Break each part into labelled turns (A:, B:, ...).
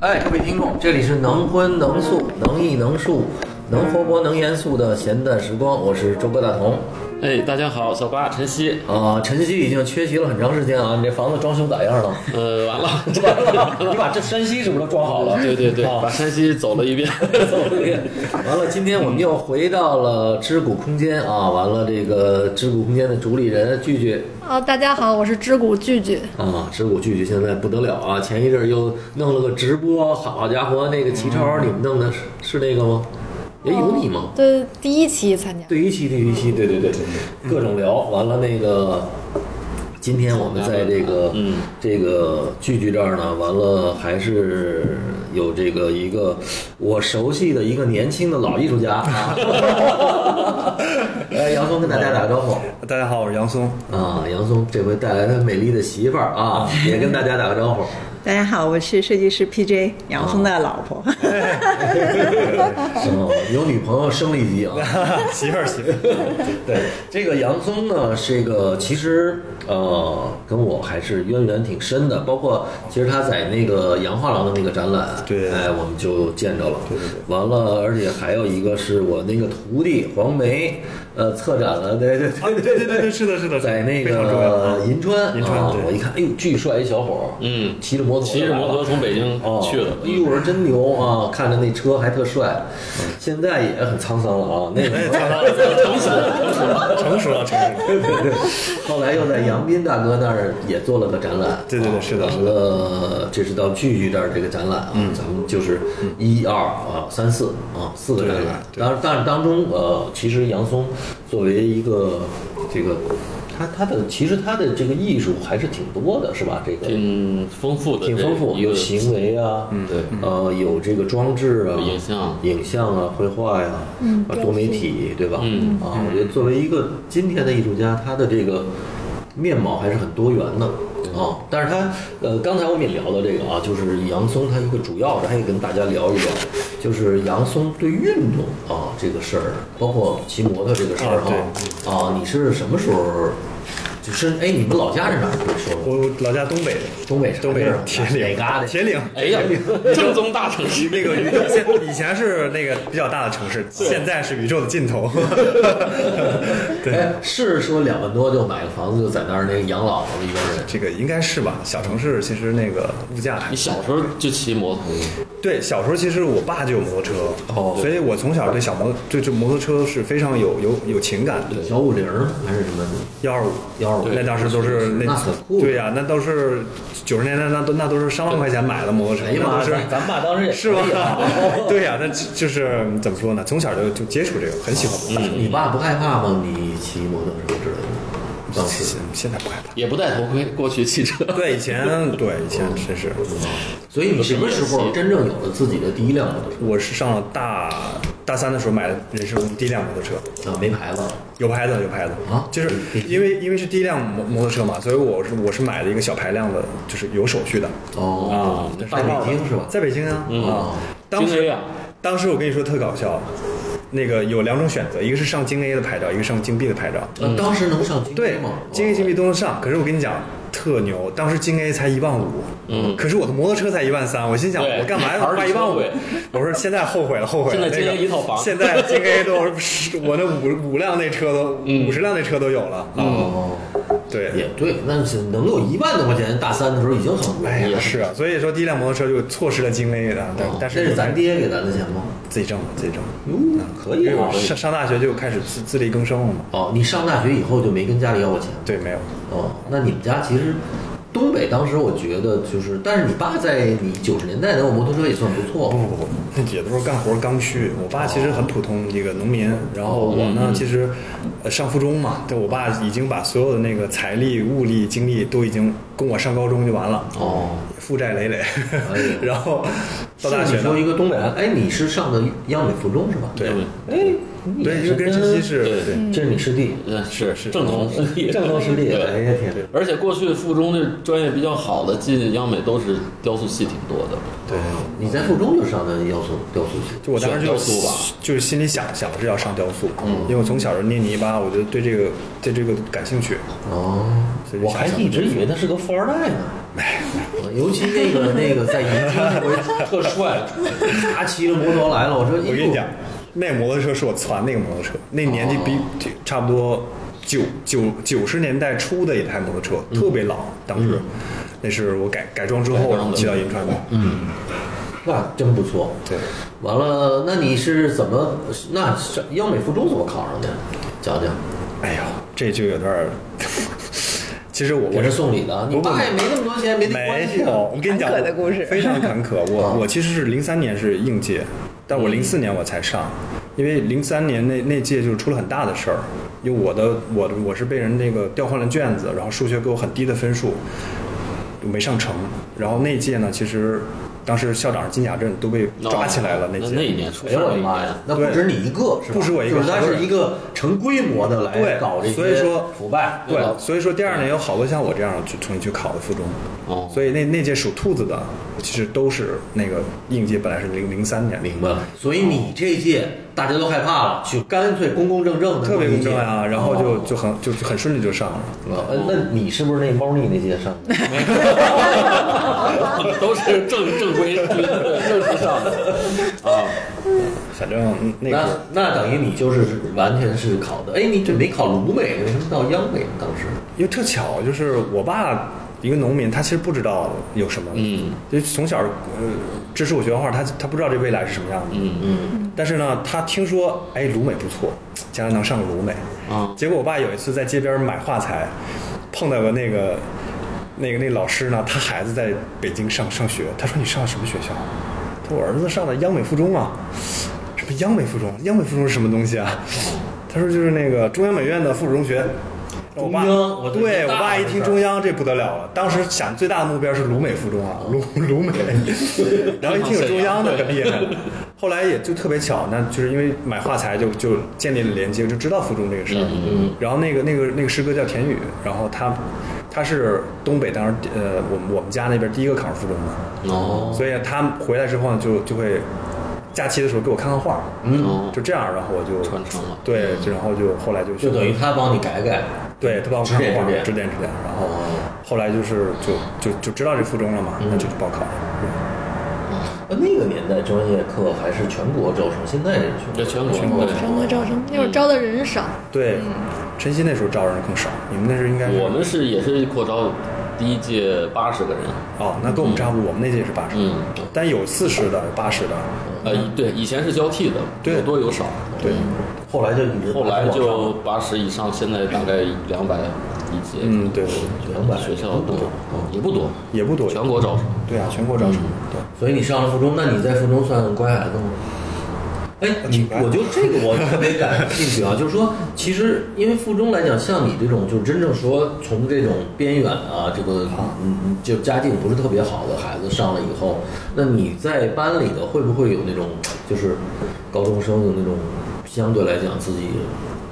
A: 哎各位听众，这里是能荤能素能艺能术能活泼能严肃的闲淡时光，我是周哥大同。
B: 哎，大家好，小八晨曦，
A: 啊、晨曦已经缺席了很长时间啊，你这房子装修咋样了？
B: 呃，完了，
A: 完了， 你把这山西是不是都装好 了？
B: 对对对，
A: 啊
B: 把山西走了一遍，
A: 完了，今天我们又回到了知谷空间啊，完了这个知谷空间的主理人聚聚
C: 啊，大家好，我是知谷聚聚。
A: 啊，知谷聚聚现在不得了啊，前一阵儿又弄了个直播，好家伙，那个齐超你们弄的是是那个吗？也有你吗？
C: 这第一期参加，
A: 对一期，对一期，对对对，各种聊完了那个。今天我们在这个、
B: 嗯
A: 这个聚聚这儿呢，完了还是有这个一个我熟悉的一个年轻的老艺术家啊，呃，杨松跟大家打个招呼。
D: 大家好，我是杨松。
A: 啊，杨松这回带来他美丽的媳妇儿啊，也跟大家打个招呼。
E: 大家好，我是设计师 PJ 杨松的老婆。
A: 嗯，有女朋友升了一级啊。
D: 媳妇儿，媳妇 儿，
A: 对，这个杨松呢，这个其实呃，跟我还是渊源挺深的，包括其实他在那个杨画廊的那个展览，
D: 对
A: 哎，我们就见着了。
D: 对对对
A: 完了，而且还有一个是我那个徒弟黄梅，呃，策展了，对对对
D: 啊对对对对，是的，是的，是的
A: 在那
D: 非常重要啊
A: 个银川，
D: 银川
A: 啊
D: 对
A: 我一看，哎呦，巨帅一小伙儿，
B: 嗯
A: 骑着摩托，
B: 骑着摩托从北京
A: 哦，
B: 去 了，
A: 哎呦，我说真牛啊！看着那车还特帅，
D: 嗯
A: 现在也很沧桑了啊。那
D: 哎
A: 个时候
D: 成熟了，成熟了。
A: 后来又在杨斌大哥那儿也做了个展览。
D: 对对对是的嗯
A: 啊
D: 是
A: 呃，这是到聚聚这儿这个展览啊，咱们就是一二啊三四啊四个展览。
D: 对对
A: 当然，但是当中呃，其实杨松作为一个这个。他他的其实他的这个艺术还是挺多的，是吧？这个
B: 挺丰富的，
A: 挺丰富，
B: 这一
A: 有
B: 个
A: 行为啊，
B: 对，
A: 呃，有这个装置啊，
B: 有影像
A: 影像啊，绘画呀，啊，多媒体，对吧？
B: 嗯
A: 啊，我觉得作为一个今天的艺术家，他的这个面貌还是很多元的。
B: 嗯
A: 啊，但是他，呃，刚才我们也聊到这个啊，就是杨松他一个主要的，还得跟大家聊一聊，就是杨松对运动啊这个事儿，包括骑摩托这个事儿
D: 啊
A: 哈
D: 对，
A: 啊，你是什么时候，就是哎，你们老家是哪儿？你说说。
D: 我我老家东北的，
A: 东北啥
D: 东北
A: 地儿啊
D: 铁
A: 哪
D: 岭，
A: 嘎达？
D: 铁岭。
B: 哎呀，正宗大城市，
D: 那个宇宙现以前是那个比较大的城市，现在是宇宙的尽头。 对，
A: 哎，是说两万多就买个房子，就在那儿那个养老了一个人。
D: 这个应该是吧？小城市其实那个物价还
B: 你小时候就骑摩托，
D: 对，小时候其实我爸就有摩托车，
A: 哦
D: 所以我从小对小摩对这摩托车是非常有有有情感的。
A: 小五零还是什么？
D: 幺二五，
A: 125
D: 那当时都是那
A: 那很酷啊
D: 对呀、那都是九十年代，那都那都是上万块钱买的摩托车，
A: 哎呀
D: 那
A: 妈，
D: 都是
A: 咱咱爸当时也
D: 是吧？
A: 可以啊
D: 对呀、那就就是怎么说呢？从小就就接触这个，很喜欢摩托车。
A: 你爸不害怕吗？你骑摩托什么之类的？当时
D: 现，现在不害怕。
B: 也不戴头盔，过去骑车，
D: 对，以前对以前真是，
A: 所以你什么时候真正有了自己的第一辆摩托
D: 我是上了大大三的时候买的人生中第一辆摩托车，
A: 车？啊，没牌子。
D: 有牌子有牌子
A: 啊
D: 就是因为因为是第一辆摩摩托车嘛，所以我是我是买了一个小排量的，就是有手续的。
A: 哦，在北京是吧？
D: 在北京啊，啊，当
B: 京
D: 时
B: A 啊，
D: 当时我跟你说特搞笑，那个有两种选择，一个是上京 A 的牌照，一个上京 B 的牌照。
A: 那当时能上京 A
D: 对
A: 吗？，
D: 京 A、京 B
A: 哦
D: 都能上，可是我跟你讲。特牛！当时京 A 才一万五，嗯，可是我的摩托车才一万三，我心想
B: 对
D: 我干嘛要
B: 还
D: 花
B: 是
D: 一万
B: 车
D: 五
B: 位？
D: 我说现在后悔了，后悔了。
B: 现在京 A
D: 那个
B: 一套房
D: 现在京 A 都是我那五五辆那车都五十辆那车都有了。啊
B: 嗯，
D: 对，
A: 哦也对，那是能有一万多块钱，大三的时候已经很不
D: 哎
A: 容易
D: 呀，
A: 了。
D: 是啊，所以说第一辆摩托车就错失了京 A 的，嗯但
A: 哦那
D: 但是
A: 是咱爹给咱的钱吗？
D: 自己挣的，自己挣的。
A: 哟，可以
D: 因为
A: 啊
D: 我。上上大学就开始自自力更生了嘛。
A: 哦，你上大学以后就没跟家里要过钱？
D: 对，没有，
A: 哦，那你们家其实东北当时我觉得就是，但是你爸在你九十年代那个摩托车也算不错
D: 不。不不，哦那也都是干活刚需。我爸其实很普通，一个农民。然后
A: 哦
D: 我呢，
A: 嗯
D: 其实呃上附中嘛，对我爸已经把所有的那个财力、物力、精力都已经供我上高中就完了，
A: 哦，哎
D: 负债累累
A: 呦。
D: 然后到大
A: 是你
D: 学呢
A: 说，一个东北孩子，哎，你是上的央美附中是吧？
D: 对
B: 对
A: 哎，你
D: 对，
A: 也
D: 因为跟晨曦是
B: 对
D: 对
A: 这是你师弟，
B: 嗯，是是
D: 是
B: 正宗师弟，
A: 正宗师弟。
B: 对
A: 哎呀天，
B: 而且过去附中这专业比较好的，进央美都是雕塑系挺多的，
D: 对。
A: 哦你在附中就上的雕塑雕塑嗯系，
D: 就我当时就
B: 雕塑吧
D: 就是心里想想是要上雕塑，因为我从小就捏泥巴，我就对这个对这个感兴趣。
A: 哦
D: 所，以
A: 我
D: 想
A: 还
D: 想
A: 一直以为他是个富二代呢。 尤其那个那个在宜宾那 回特帅，他骑着摩托来了，我说
D: 我跟你讲，，那个摩托车是我攒那个摩托车，那年纪比、差不多九九九十年代初的一台摩托车，特别老，当时、那是我改改装之
B: 改
D: 后
B: 装的
D: 骑到银川的，
A: 嗯，那真不错。
D: 对，
A: 完了，那你是怎么？那是央美附中怎么考上的？讲讲，
D: 哎呦，这就有点儿。 其实我
A: 给
D: 我
A: 人
D: 是
A: 送礼的，你
D: 不不
A: 爸也没那么多钱，没那关
D: 没
A: 系
D: 有，
A: 啊。
D: 我跟你讲，
E: 坎坷的故事
D: 非常坎坷。我
A: 啊
D: 我其实是零三年是应届，但
E: 嗯
D: 我零四年我才上，因为零三年那那届就是出了很大的事儿，因为我的我的我是被人那个调换了卷子，然后数学给我很低的分数，没上成。然后那届呢，其实当时校长是金甲镇都被抓起来了，
B: 哦那
D: 届
B: 那一年出
A: 哎
B: 事
A: 呦
B: 儿
A: 我
B: 了
A: 的
B: 一
A: 妈呀
B: 年，，
A: 那不止你一个，是吧？
D: 不止我一个
A: 就是它
D: 好多
A: 是
D: 人
A: 一个成规模的来
D: 对
A: 搞这些，
D: 所以说
A: 腐败，
D: 对
A: 吧，？
D: 所以说第二年有好多像我这样去重新去考的附中，
B: 哦
D: 所以那那届属兔子的其实都是那个应届，本来是零零三年，
A: 明白了。所以
D: 哦
A: 你这届大家都害怕了，就干脆公公正正的，
D: 特别公正啊，然后就
A: 哦
D: 就很就就很顺利就上了。
A: 啊呃那你是不是那猫腻那届 上的？
B: 哦都是正正规正正式上的啊。
D: 反正嗯那
A: 那
D: 个，
A: 那等于你就是完全是考的，哎，你这没考鲁美，为什么到央美当时？
D: 因为特巧，就是我爸一个农民，他其实不知道有什么，
B: 嗯，
D: 就从小呃支持我学画画，他他不知道这未来是什么样的，
B: 嗯
D: 嗯。但是呢，他听说哎鲁美不错，将来能上鲁美，
B: 啊
D: 结果我爸有一次在街边买画材，碰到个那个那个那老师呢，他孩子在北京上上学，他说你上什么学校？他说我儿子上的央美附中啊。什么央美附中？央美附中是什么东西啊？他说就是那个中央美院的附属中学。我爸
A: 中央我的
D: 对
A: 最大
D: 我爸一
A: 的
D: 听
A: 事儿
D: 中央，这不得了了。当时想最大的目标是鲁美附中啊，鲁 鲁美。然后一听有中央的，可厉害了。后来也就特别巧，那就是因为买画材就就建立了连接，就知道附中这个事儿。
A: 嗯
D: 然后那个那个那个师哥叫田宇，然后他他是东北当时呃我们我们家那边第一个考上附中的，
B: 哦
D: 所以他回来之后呢，就就会假期的时候给我看看画，
B: 嗯
D: 就这样，然后我就
B: 传承了
D: 对，就然后就后来就
A: 就等于
D: 学
A: 他帮你改改。
D: 对他帮我看
A: 指点
D: 画，
A: 指点
D: 指点指点，然后
A: 哦，
D: 后来就是就就就知道这附中了嘛，那就去报考了。
A: 呃那个年代专业课还是全国招生，现在也是
B: 这全国对
D: 哦
C: 全国招生那会儿招的人少，
D: 对，晨曦那时候招人更少，你们那时候应该是
B: 我们是也是扩招，第一届八十个人，
D: 哦，那跟我们差不多，我们那届也是八十，
B: 嗯，
D: 但有四十的，有八十的，
B: 呃，对，以前是交替的，
D: 嗯对
B: 有多有少，
D: 对，
A: 后来就一直
B: 后来
A: 往上
B: 就八十以上，现在大概两百一届，
D: 嗯，对，对
A: 200
B: 学校不多，也不多，
D: 哦也不多，
B: 全国招生，
D: 对啊，全国招生，对。
A: 所以你上了附中，那你在附中算乖孩子吗？哎，你我就这个我特别感兴趣啊，就是说，其实因为附中来讲，像你这种就真正说从这种边远啊，这个嗯嗯，就家境不是特别好的孩子上了以后，那你在班里头会不会有那种就是高中生有那种相对来讲自己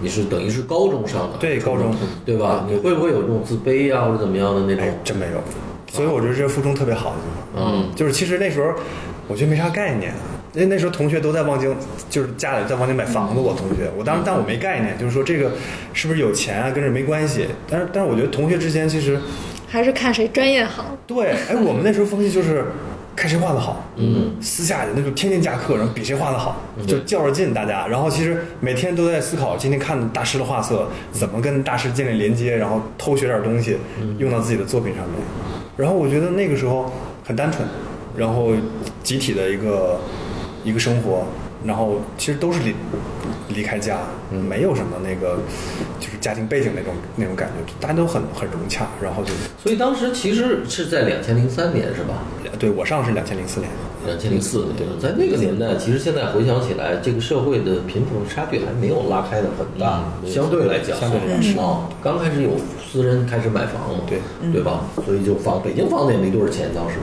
A: 你是等于是高中上的
D: 对高中
A: 对吧？你会不会有这种自卑啊或者怎么样的那种
D: 哎？，真没有。所以我觉得这是附中特别好的地方，
B: 嗯，
D: 就是其实那时候我觉得没啥概念，因为那时候同学都在望京，就是家里在望京买房子，我同学，我当时但我没概念，就是说这个是不是有钱啊，跟这没关系。但是但是我觉得同学之间其实
C: 还是看谁专业好。
D: 对，哎，我们那时候风气就是看谁画的好，
A: 嗯，
D: 私下里那就天天加课，然后比谁画的好，就较着劲大家。然后其实每天都在思考今天看大师的画册，怎么跟大师建立连接，然后偷学点东西，用到自己的作品上面。然后我觉得那个时候很单纯，然后集体的一个一个生活，然后其实都是离离开家，没有什么那个就是家庭背景那种那种感觉，大家都很很融洽，然后就
A: 所以当时其实是在两千零三年是吧？
D: 对我上是两千零四年，
A: 两千零四年，在那个年代，其实现在回想起来，这个社会的贫富差距还没有拉开的很大，相对来讲，
D: 嗯相对来讲是
A: 啊，刚开始有私人开始买房嘛，
D: 对
A: 对吧？所以就房，北京房子也没多少钱，当时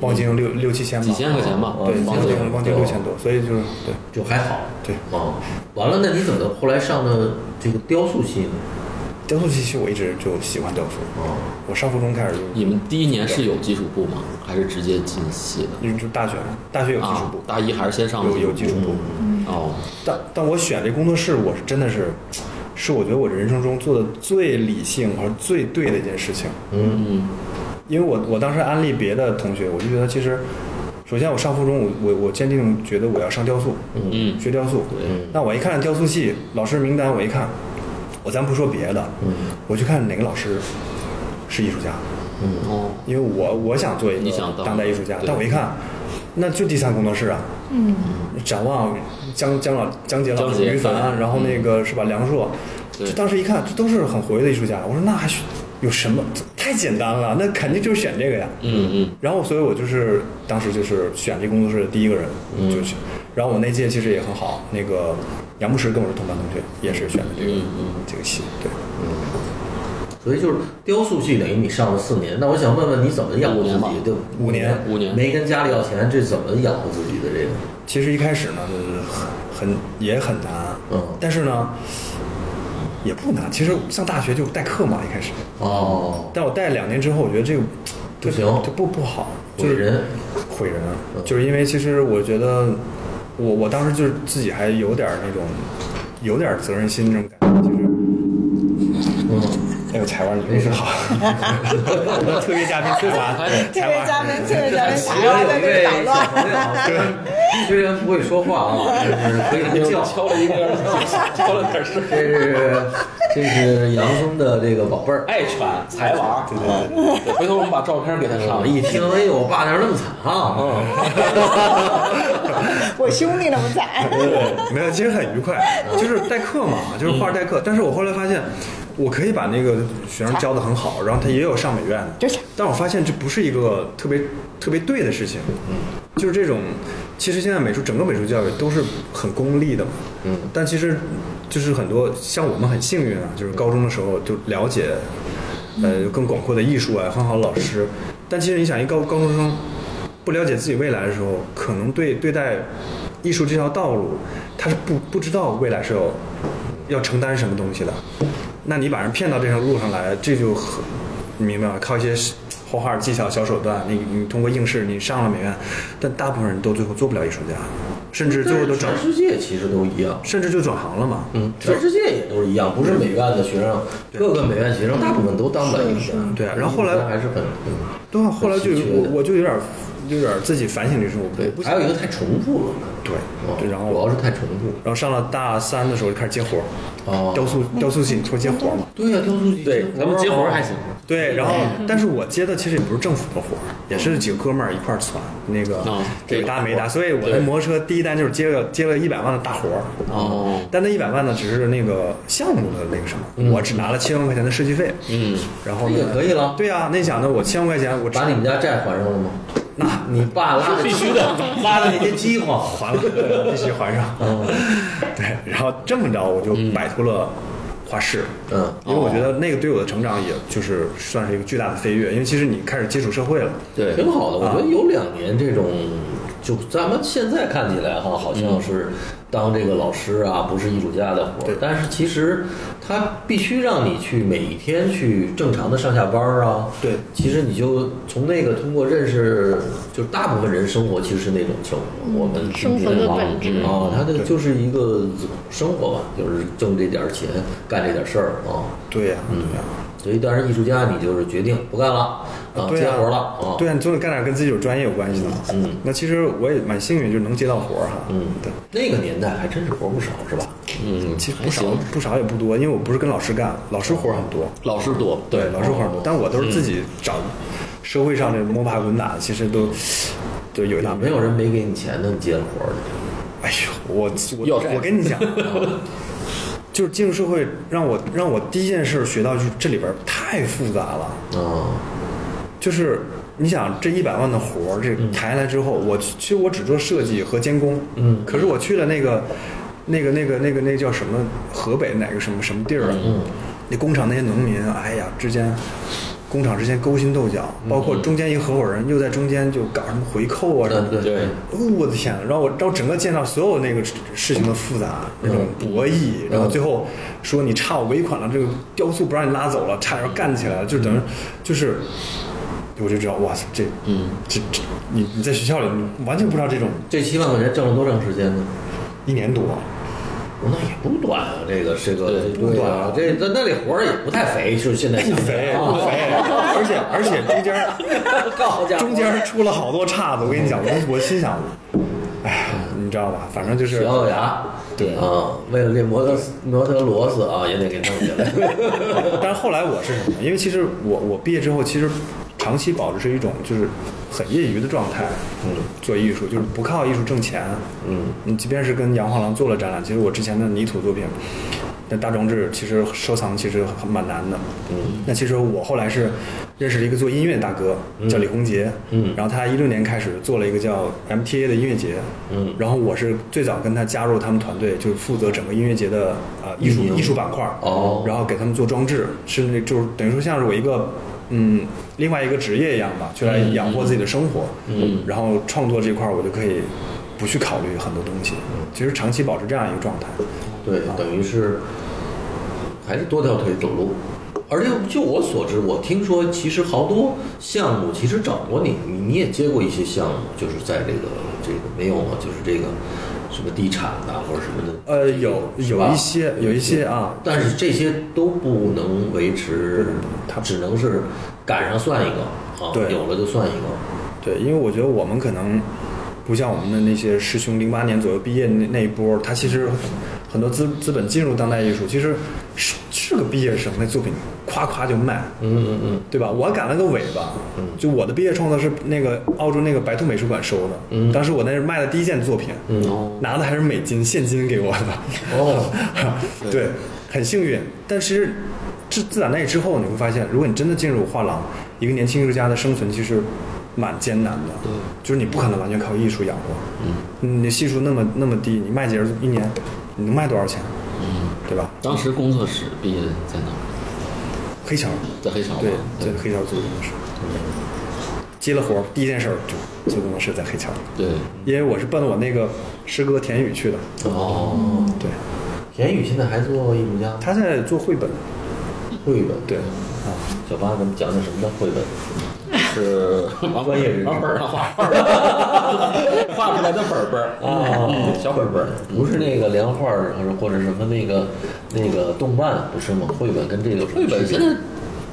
D: 望京六六七千吧，
B: 几千块钱吧，
A: 哦
D: 对，
A: 望
D: 望
A: 京
D: 京望京六千多，所以就是对，
A: 就还好，
D: 对
A: 啊。完了，那你怎么后来上的这个雕塑系呢？
D: 雕塑其实我一直就喜欢雕塑，
A: 啊，
D: 我上附中开始
B: 你们第一年是有基础部吗？还是直接进系的？
D: 就就就大学嘛，大学有基础
B: 啊
D: 部，，
B: 大一还是先上
D: 有有基础部，
B: 哦，
D: 但但我选这工作室，我是真的是，是我觉得我人生中做的最理性和最对的一件事情，
A: 嗯，
B: 嗯，
D: 因为我我当时安利别的同学，我就觉得其实，首先我上附中，我我我坚定觉得我要上雕塑，
B: 嗯
D: 学雕塑。那我一看雕塑系老师名单，我一看，我咱不说别的，
B: 嗯
D: 我就看哪个老师是艺术家，
B: 哦，
D: 因为我我想做一
B: 你
D: 个
B: 想当
D: 当代艺术家，
B: 对
D: 但我一看，那就第三工作室啊，
C: 嗯，
D: 展望江江老江杰老
B: 江
D: 师、
B: 杰
D: 于凡，
B: 对嗯
D: 然后那个是吧梁硕，
B: 对
D: 就当时一看，这都是很活跃的艺术家，我说那还需有什么？太简单了，那肯定就是选这个呀。
B: 嗯嗯，
D: 然后，所以我就是当时就是选这工作室的第一个人，
A: 嗯
D: 就去。然后我那届其实也很好，那个杨牧师跟我是同班同学，也是选的这个、
B: 嗯嗯
D: 这个系。对，
A: 所以就是雕塑系等于你上了四年，那我想问问你怎么养活自
B: 五
A: 己？
B: 年
A: 对，
D: 五年
B: 五年
A: 没跟家里要钱，这怎么养活自己的这个？啊
D: 其实一开始呢，就是很很也很难，
A: 嗯
D: 但是呢也不难。其实上大学就代课嘛，一开始，
A: 哦，
D: 但我带了两年之后，我觉得这个
A: 不行
D: 这不不好，
A: 毁
D: 就是
A: 人，
D: 毁人啊，就是因为其实我觉得我我当时就是自己还有点儿那种有点儿责任心那种感觉，就是。
A: 嗯，
D: 哎呦，柴娃，你真是好！我们特约嘉宾崔 娃，
E: 特别嘉宾，特别嘉宾，
A: 我
E: 台湾在
A: 有一
E: 这
A: 位
E: 捣
A: 小
E: 乱。
A: 朋友，虽然不会说话啊，但是可以
D: 嗯
A: 能叫。
B: 敲了一个，敲了点声。
A: 这是这是杨松的这个宝贝儿。哎
B: 爱犬才娃，
D: 对对对，
B: 对回头我们把照片给他上
A: 啊，。一听，哎呦，我爸那儿那么惨啊！
D: 嗯
E: 我兄弟那么惨，
D: 对，没有，其实很愉快，就是代课嘛，
E: 嗯
D: 就是画代课。但是我后来发现，我可以把那个学生教的很好，然后他也有上美院的，
E: 就是
D: 但我发现这不是一个特别特别对的事情，就是这种，其实现在美术整个美术教育都是很功利的嘛，嗯，但其实就是很多像我们很幸运啊，就是高中的时候就了解，呃，更广阔的艺术啊，很好的老师，但其实你想，一高高中生不了解自己未来的时候，可能对对待艺术这条道路，他是不不知道未来是有要承担什么东西的，那你把人骗到这条路上来，这就很，你明白吗？靠一些画画技巧、小手段，你你通过应试，你上了美院，但大部分人都最后做不了艺术家，甚至最后都转
A: 全，世界其实都一样，
D: 甚至就转行了嘛。嗯，
A: 全世界也都是一样，不是美院的学生，各个美院学生大部分都当不了艺术家。
D: 对啊然后后来
A: 艺术家还是很，嗯
D: 对啊，后来就
A: 很稀缺的
D: 我我就有点有点自己反省这事，我不
A: 对
D: 不，
A: 还有一个太重复了，
D: 对
A: 哦
D: 对，然
A: 主要
D: 后
A: 是太重复。
D: 然后上了大三的时候就开始接活儿，
A: 哦
D: 雕塑雕塑系你说接活儿嘛？
A: 对呀，雕塑系
B: 对，咱们接活儿还行。
D: 对，然后但是我接的其实也不是政府的活儿，也是几个哥们儿一块儿攒那个
B: 啊
D: 给搭没搭，所以我
B: 对
D: 那摩托车第一单就是接了接了一百万的大活儿。
B: 哦，
D: 但那一百万呢，只是那个项目的那个什么，我只拿了七万块钱的设计费，
B: 嗯，
D: 然后
A: 嗯这
D: 呢
A: 也可以了
D: 对啊，那你想呢，我七万块钱，我只
A: 把你们家债还上了吗？
D: 那
A: 你爸拉着必须的， 拉着你这饥荒。
D: 还了，对必须还上。
A: 哦
D: 对，然后这么着我就摆脱了画室，
A: 嗯，
D: 因为我觉得那个对我的成长也就是算是一个巨大的飞跃，因为其实你开始接触社会了。
B: 对，
A: 挺好的，我
D: 啊
A: 觉得有两年这种，就咱们现在看起来哈，好像是当这个老师啊，不是艺术家的活儿
D: 对，
A: 但是其实他必须让你去每一天去正常的上下班儿啊。
D: 对
A: 其实你就从那个通过认识，就是大部分人生活其实是那种情况，我们
C: 嗯生活的本质
A: 啊，他的就是一个生活吧，就是挣这点儿钱，干这点事儿啊。
D: 对呀、对呀、
A: 所以，当然艺术家你就是决定不干了啊，
D: 对
A: 接
D: 啊，
A: 活儿了啊。
D: 对啊，你总得干点跟自己有专业有关系的嘛。嗯，那其实我也蛮幸运，就是能接到活儿哈。嗯，对，
A: 那个年代还真是活儿不少，是吧？
B: 嗯，
D: 其实
B: 还
D: 不少
B: 行。
D: 不少也不多，因为我不是跟老师干，老师活儿很多。
B: 老师多，
D: 对，老师活儿很多，但我都是自己找社会上这摸爬滚打，其实都都有一大
A: 没有人没给你钱的，你接着活儿
D: 哎呦，我
B: 要
D: 我
B: 债
D: 我跟你讲，就是进入社会，让我让我第一件事学到就是这里边儿太复杂了。
A: 去啊。
D: 就是你想这一百万的活儿，这抬来之后，我其实我只做设计和监工，嗯，可是我去了那个那个那个那个那叫什么河北哪个什么什么地儿啊，嗯，那工厂那些农民，哎呀之间。工厂之间勾心斗角，包括中间一合伙人又在中间就搞什么回扣啊什么的，
A: 对
B: 对，
D: 哦，我的天！然后我让我整个见到所有那个事事情的复杂，那种博弈，然后最后说你差我尾款了，这个雕塑不让你拉走了，差点干起来了，就等于就是，我就知道，哇塞，这，嗯，这这，你你在学校里你完全不知道这种
A: 这七万块钱挣了多长时间呢？
D: 一年多，
A: 那也不短啊，这个这个
B: 对
A: 对啊，这那那里活儿也不太肥，就是现在想
D: 肥
A: 啊
D: 不肥，而且而且中间儿
A: 好家伙，
D: 中间出了好多岔子，我跟你讲，我我心想，哎呀，你知道吧？反正就是
A: 咬咬牙，
D: 对
A: 啊，为了这摩托摩托螺丝啊，也得给弄起来。
D: 但是后来我是什么？因为其实我我毕业之后，其实长期保持是一种就是很业余的状态，嗯，做艺术就是不靠艺术挣钱，嗯，你即便是跟杨晃郎做了展览，其实我之前的泥土作品，那大装置其实收藏其实很蛮难的，嗯，那其实我后来是认识了一个做音乐的大哥，叫李洪杰，嗯，然后他一六年开始做了一个叫 MTA 的音乐节，嗯，然后我是最早跟他加入他们团队，就是负责整个音乐节的呃艺术艺术板块，
A: 哦
D: 然后给他们做装置，是那就是等于说像是我一个嗯另外一个职业一样吧，就来养活自己的生活。嗯，然后创作这块儿我就可以不去考虑很多东西，其实长期保持这样一个状态。
A: 对，
D: 啊
A: 等于是还是多条腿走路。而且就我所知，我听说其实好多项目其实找过你，你你也接过一些项目，就是在这个这个没有吗？就是这个什么地产啊或者什么的。
D: 呃，有
A: 是
D: 有
A: 吧
D: 一些有一些啊，
A: 但是这些都不能维持
D: 能，它
A: 只能是赶上算一个啊，
D: 对
A: 有了就算一个。
D: 对，因为我觉得我们可能不像我们的那些师兄，零八年左右毕业那那一波，他其实很多资资本进入当代艺术，其实是是个毕业生，那作品夸夸就卖，
A: 嗯嗯嗯，
D: 对吧？我还赶了个尾巴，就我的毕业创作是那个澳洲那个白兔美术馆收的，嗯、当时我那是卖的第一件作品，
A: 嗯
B: 哦
D: 拿的还是美金现金给我的，
A: 哦，
D: 对，很幸运。但是自自打那之后，你会发现，如果你真的进入画廊，一个年轻艺术家的生存其实蛮艰难的，对，就是你不可能完全靠艺术养活，嗯，你的系数那么那么低，你卖几人一年，你能卖多少钱，嗯，对吧？
B: 当时工作室毕业在哪儿？
D: 黑桥，
B: 在黑桥吗
D: 对？对，黑桥租工作室，接了活儿第一件事儿就租工作室在黑桥，
B: 对，
D: 因为我是奔我那个师哥田宇去的，
A: 哦，
D: 对，
A: 田宇现在还做艺术家，
D: 他现在做绘本，
A: 绘本
D: 对，啊，
A: 小八，咱们讲讲什么叫绘本？
B: 是王
A: 专业人士
B: 王本儿上画画儿，画出来的本儿本儿
A: 哦
B: 嗯小本儿本儿。
A: 不是那个连画儿，或者或者什么那个那个动漫，不是吗？绘本跟这个有什么
B: 绘本
A: 区别
B: 现在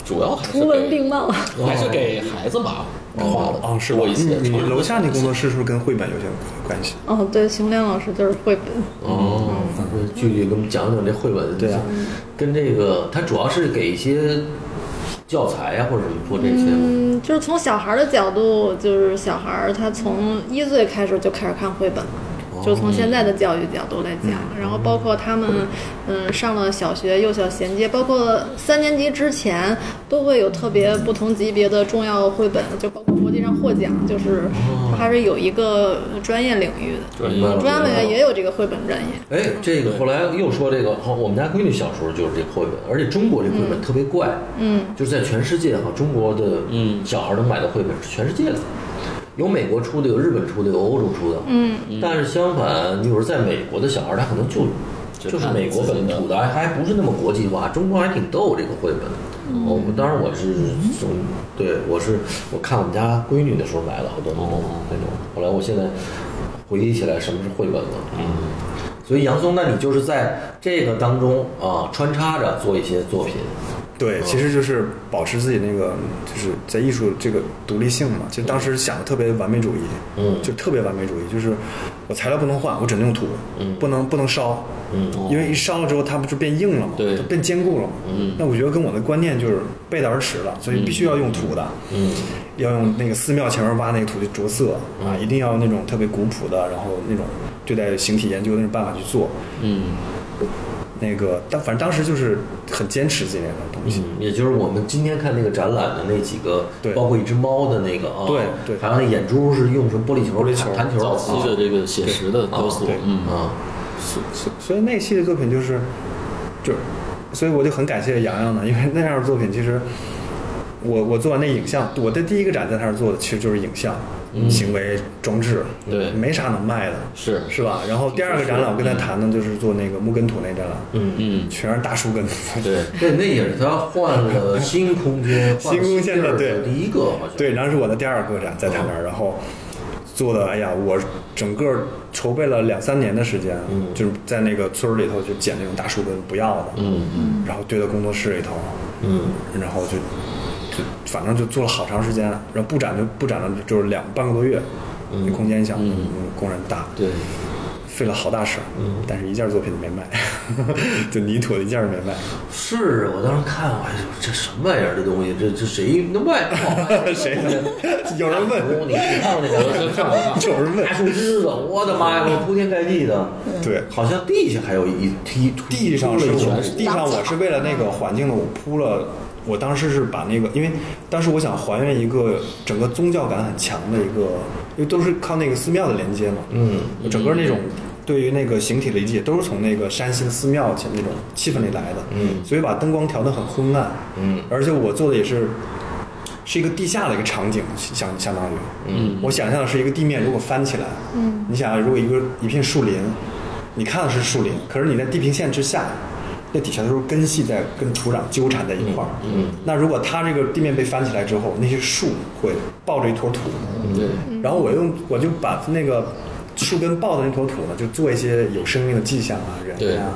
B: 主要还是给
C: 图文并茂，
B: 还是给孩子吧画的
D: 哦，是吧
B: 多一
D: 你
B: 些。
D: 你楼下那工作室是不是跟绘本有些关系？
C: 哦，对，熊亮老师就是绘本，
A: 哦，具体给我们讲讲这绘本。
D: 对啊，
A: 跟这个它主要是给一些教材呀、或者什么做这些吗。
C: 嗯，就是从小孩儿的角度，就是小孩儿他从一岁开始就开始看绘本了。就从现在的教育角度来讲，然后包括他们，嗯，上了小学、幼小衔接，包括嗯三年级之前，都会有特别不同级别的重要绘本，就包括国际上获奖，就是它还是有一个专业领域的，嗯
B: 专业
A: 明白了
C: 专业领域也
A: 明
C: 有这个绘本专业。
A: 白了哎，这个后来又说这个，好，我们家闺女小时候就是这绘本，而且中国这绘本特别怪，
C: 嗯，
A: 就是在全世界哈，中国的
B: 嗯
A: 小孩能买的绘本是全世界的，有美国出的，有日本出的，有欧洲出的，
C: 嗯，
A: 但是相反，你比如在美国的小孩，他可能就
B: 只
A: 就是
B: 看
A: 美国
B: 自己
A: 本
B: 的
A: 土的，还还不是那么国际化。中国还挺逗这个绘本。我、当然我是从对我是我看我们家闺女的时候买了好多那
B: 哦
A: 种那种，后来我现在回忆起来什么是绘本了。嗯，所以杨松，那你就是在这个当中啊穿插着做一些作品。
D: 对，其实就是保持自己那个，就是在艺术这个独立性嘛。其实当时想的特别完美主义，
A: 嗯
D: 就特别完美主义，就是我材料不能换，我只能用土，嗯，不能不能烧，
A: 嗯
D: 因为一烧了之后它不就变硬了嘛，
B: 对
D: 它变坚固了嘛，嗯，那我觉得跟我的观念就是背道而驰了，所以必须要用土的，
A: 嗯，
D: 要用那个寺庙前面挖那个土去着色啊，一定要那种特别古朴的，然后那种对待形体研究的那种办法去做，
B: 嗯，
D: 那个但反正当时就是很坚持这类的东西，
B: 嗯
A: 也就是我们今天看那个展览的那几个，
D: 对
A: 包括一只猫的那个啊，
D: 对对
A: 还有那眼珠是用什么玻璃球、
D: 玻璃球
A: 弹球
B: 早期的这个写实的雕塑
D: 对，
B: 嗯，
A: 啊，
D: 所所所以那系列作品就是，就是，所以我就很感谢洋洋呢，因为那样的作品其实我我做完那影像，我的第一个展在那儿做的其实就是影像、行为装置，
B: 嗯对
D: 没啥能卖的，
B: 是
D: 是吧？然后第二个展览我跟他谈的就是做那个木根土那展览，
A: 嗯
B: 嗯，
D: 全是大树根，
B: 对，
A: 对，那也是他换 了新空间，换
D: 新空间的
A: 了
D: 对
A: 第一个好像
D: 对，然后是我的第二个展在他那儿，然后做的，哎呀，我整个筹备了两三年的时间，
A: 嗯
D: 就是在那个村儿里头就捡那种大树根不要的，
B: 嗯
D: 然后堆到工作室里头，
A: 嗯，
D: 然后就就反正就做了好长时间，然后布展就布展了就是两半个多月，那空间想工人大，
A: 嗯对，嗯
D: 费了好大事儿，但是一件作品都没卖， 就泥土的一件儿都没卖。
A: 嗯是我当时看，哎呦，这什么玩意儿？这东西，这这谁那卖不好卖？
D: 谁？ 有人问，
A: 你看过那
B: 我
A: 个
B: 真看我看，
D: 有人问
A: 大，树枝子，我的妈呀，我铺天盖地的，
D: 对。
A: 好像地下还有一梯，
D: 地上是
A: 铺了一
D: 我
A: 圈
D: 地上我是为了那个环境的，我铺了。我当时是把那个，因为当时我想还原一个整个宗教感很强的一个，因为都是靠那个寺庙的连接嘛。
A: 嗯，
D: 整个那种对于那个形体理解都是从那个山西的寺庙那种气氛里来的。
A: 嗯
D: 所以把灯光调得很昏暗。
A: 嗯，
D: 而且我做的也是是一个地下的一个场景，相相当于，嗯，我想象的是一个地面如果翻起来，嗯，你想如果一个一片树林，你看的是树林，可是你在地平线之下。那底下都是根系在跟土壤纠缠在一块儿、嗯，那如果它这个地面被翻起来之后，那些树会抱着一坨土，
B: 对，
A: 嗯
D: 然后我用我就把那个树根抱的那坨土呢，就做一些有生命的迹象啊，
B: 对
D: 人啊，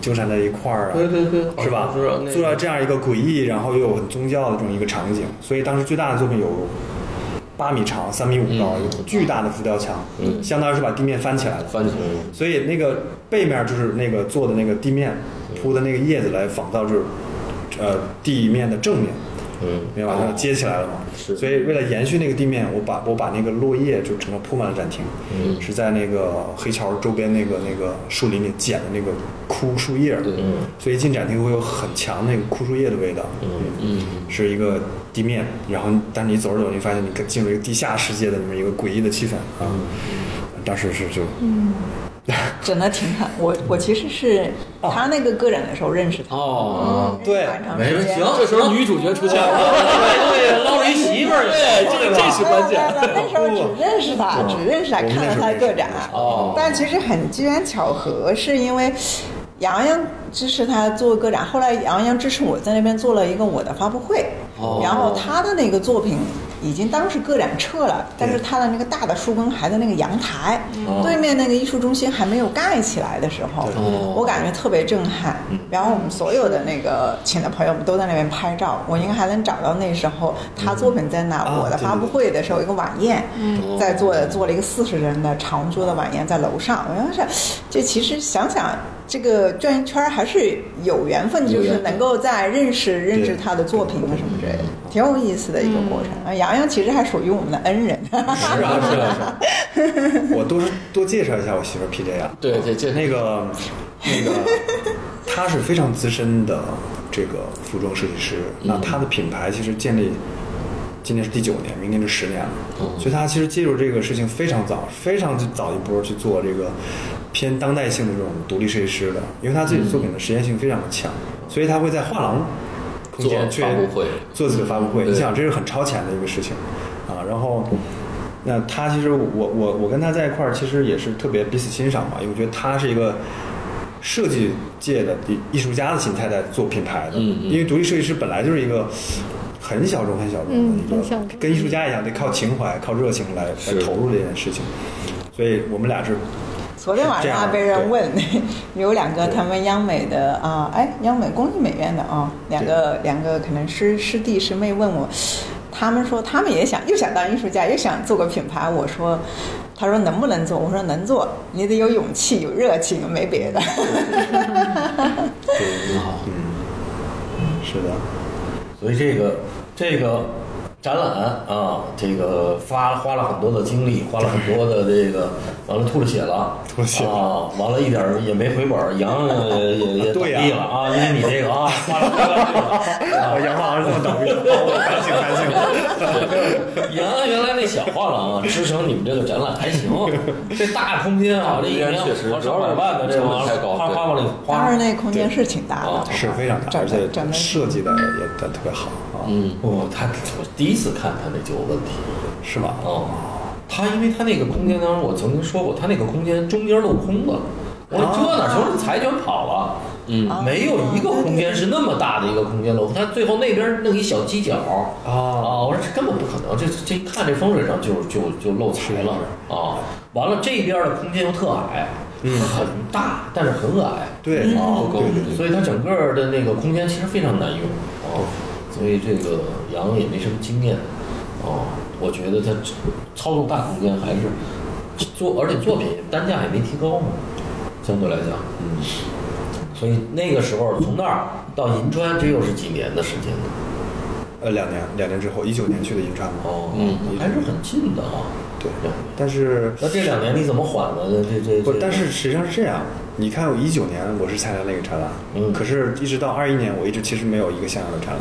D: 纠缠在一块儿啊，
A: 对对对
D: 是吧
A: 好像是那个？
D: 做到这样一个诡异，然后又有很宗教的这么一个场景，所以当时最大的作品有八米长、三米五高，
B: 嗯
D: 有巨大的浮雕墙，相当于是把地面翻起来了。
B: 翻起来了。
D: 所以那个背面就是那个做的那个地面铺的那个叶子来仿造，就是呃地面的正面，
A: 嗯，
D: 没把它接起来了嘛。
A: 是
D: 所以为了延续那个地面，我把我把那个落叶就整个铺满了展厅，嗯、是在那个黑桥周边那个那个树林里捡的那个枯树叶儿，
B: 对
D: 所以进展厅会有很强那个枯树叶的味道，嗯，是一个地面，然后但是你走着走着，你发现你进入一个地下世界的那么一个诡异的气氛啊。当时是就，
E: 真的挺惨。我我其实是他那个个展的时嗯候认识他，
B: 哦，
D: 对
E: 很长
A: 没
E: 时
A: 问哦
E: 间
A: 行，
B: 这时候女主角出现了，
A: 对对，捞了一媳妇儿，
B: 对，这这是关键。
E: 没有没有那时候只认识他，只认识他，
D: 我们
E: 看
D: 那
E: 了
D: 时候
E: 他
D: 认识
E: 个展。啊
B: 哦
E: 但其实很机缘巧合，是因为洋洋支持他做个展，后来洋洋支持我在那边做了一个我的发布会，
B: 哦
E: 然后他的那个作品。已经当时个展撤了，但是他的那个大的树根还在那个阳台、
D: 哦
E: 对面那个艺术中心还没有盖起来的时候，
B: 哦
E: 我感觉特别震撼。
D: 嗯
E: 然后我们所有的那个请的朋友们都在那边拍照，我应该还能找到那时候他作品在哪，
D: 啊
E: 我的
D: 对
E: 发
D: 对
E: 布
D: 对嗯
E: 会。会的时候一个晚宴，在做做了一个四十人的长桌的晚宴，在楼上。我当时，这其实想想，这个转一圈儿还是有缘分，就
B: 有缘
E: 是
B: 分
E: 能够在认识认识他的作品啊什么之类的，挺有意思的一个过程。
D: 嗯
E: 啊，洋洋其实还属于我们的恩人，
D: 是啊是啊是啊， 我多多介绍一下我媳妇儿 PJ 啊，
B: 对，这这
D: 那个那个，她是非常资深的这个服装设计师。
B: 嗯
D: 那她的品牌其实建立今年是第九年，明年是十年了，
B: 嗯
D: 所以她其实介入这个事情非常早，非常早一波去做这个偏当代性的这种独立设计师的，因为她自己作品
B: 嗯
D: 的实验性非常的强，所以她会在画廊空间去
B: 做发布会
D: 做自己的发布会。
B: 对
D: 你想，这是很超前的一个事情啊。然后，那他其实我我我跟他在一块儿，其实也是特别彼此欣赏嘛，因为我觉得他是一个设计界的艺艺术家的心态在做品牌的，
B: 嗯嗯
D: 因为独立设计师本来就是一个。很小众，很小众的
C: 嗯
D: 一个
C: 很小众，
D: 跟艺术家一样，得靠情怀、靠热情来来投入这件事情。所以我们俩是
E: 昨天晚
D: 这
E: 上
D: 样
E: 还被
D: 对
E: 人问， 有两个他们央美的啊，哎，央美公立美院的啊，两个两个可能师师弟师妹问我，他们说他们也想又想当艺术家，又想做个品牌，我说。他说能不能做？我说能做，你得有勇气，有热情，没别的。
B: 挺好。
D: 是的，
A: 所以这个这个展览啊，这个花花了很多的精力，花了很多的这个，完了吐了血了，
D: 吐了血了
A: 啊，完了一点儿也没回本儿，羊也也也倒
D: 对呀
A: 闭了啊，因为你这个啊，花了花了这个啊
D: 我杨浩然这么倒 霉，我反省反省。
A: 原原来那小画廊啊，支撑你们这个展览还行，这大空间啊，这一年
B: 确实
A: 花上百万的这玩意儿
B: 成本太高
A: 花
B: 对
A: 花往里花。
E: 当时那空间
D: 对
E: 是挺大的
A: 啊，
D: 是非常大，而且
E: 展览
D: 设计的也也特别好啊，
B: 嗯，
A: 不，哦他我第一次看他那就有问题
D: 是吗？
A: 哦，他因为他那个空间，当时我曾经说过，他那个空间中间镂空了。我说这哪成裁卷跑了？
B: 嗯，
A: 没有一个空间是那么大的一个空间镂空，他最后那边弄一小犄角
D: 哦
A: 啊，我说这根本不可能，这这一看这风水上就就就漏财了啊！完了这边的空间又特矮，很大，但是很矮，
D: 对嗯
A: 啊，
D: 对对对
A: 所以它整个的那个空间其实非常难用啊。所以这个杨也没什么经验，哦，我觉得他操纵大空间还是做，而且作品单价也没提高嘛，相对来讲，嗯，所以那个时候从那儿到银川，这又是几年的时间了，
D: 呃，两年两年之后，一九年去的银川嘛。
A: 哦，
B: 嗯
A: 还是很近的啊，
D: 对
A: 对，
D: 但是
A: 那这两年你怎么缓的呢？这这
D: 不
A: 这，，
D: 但是实际上是这样。你看，我一九年我是参加那个展览，
A: 嗯
D: 可是一直到二一年，我一直其实没有一个像样的展览。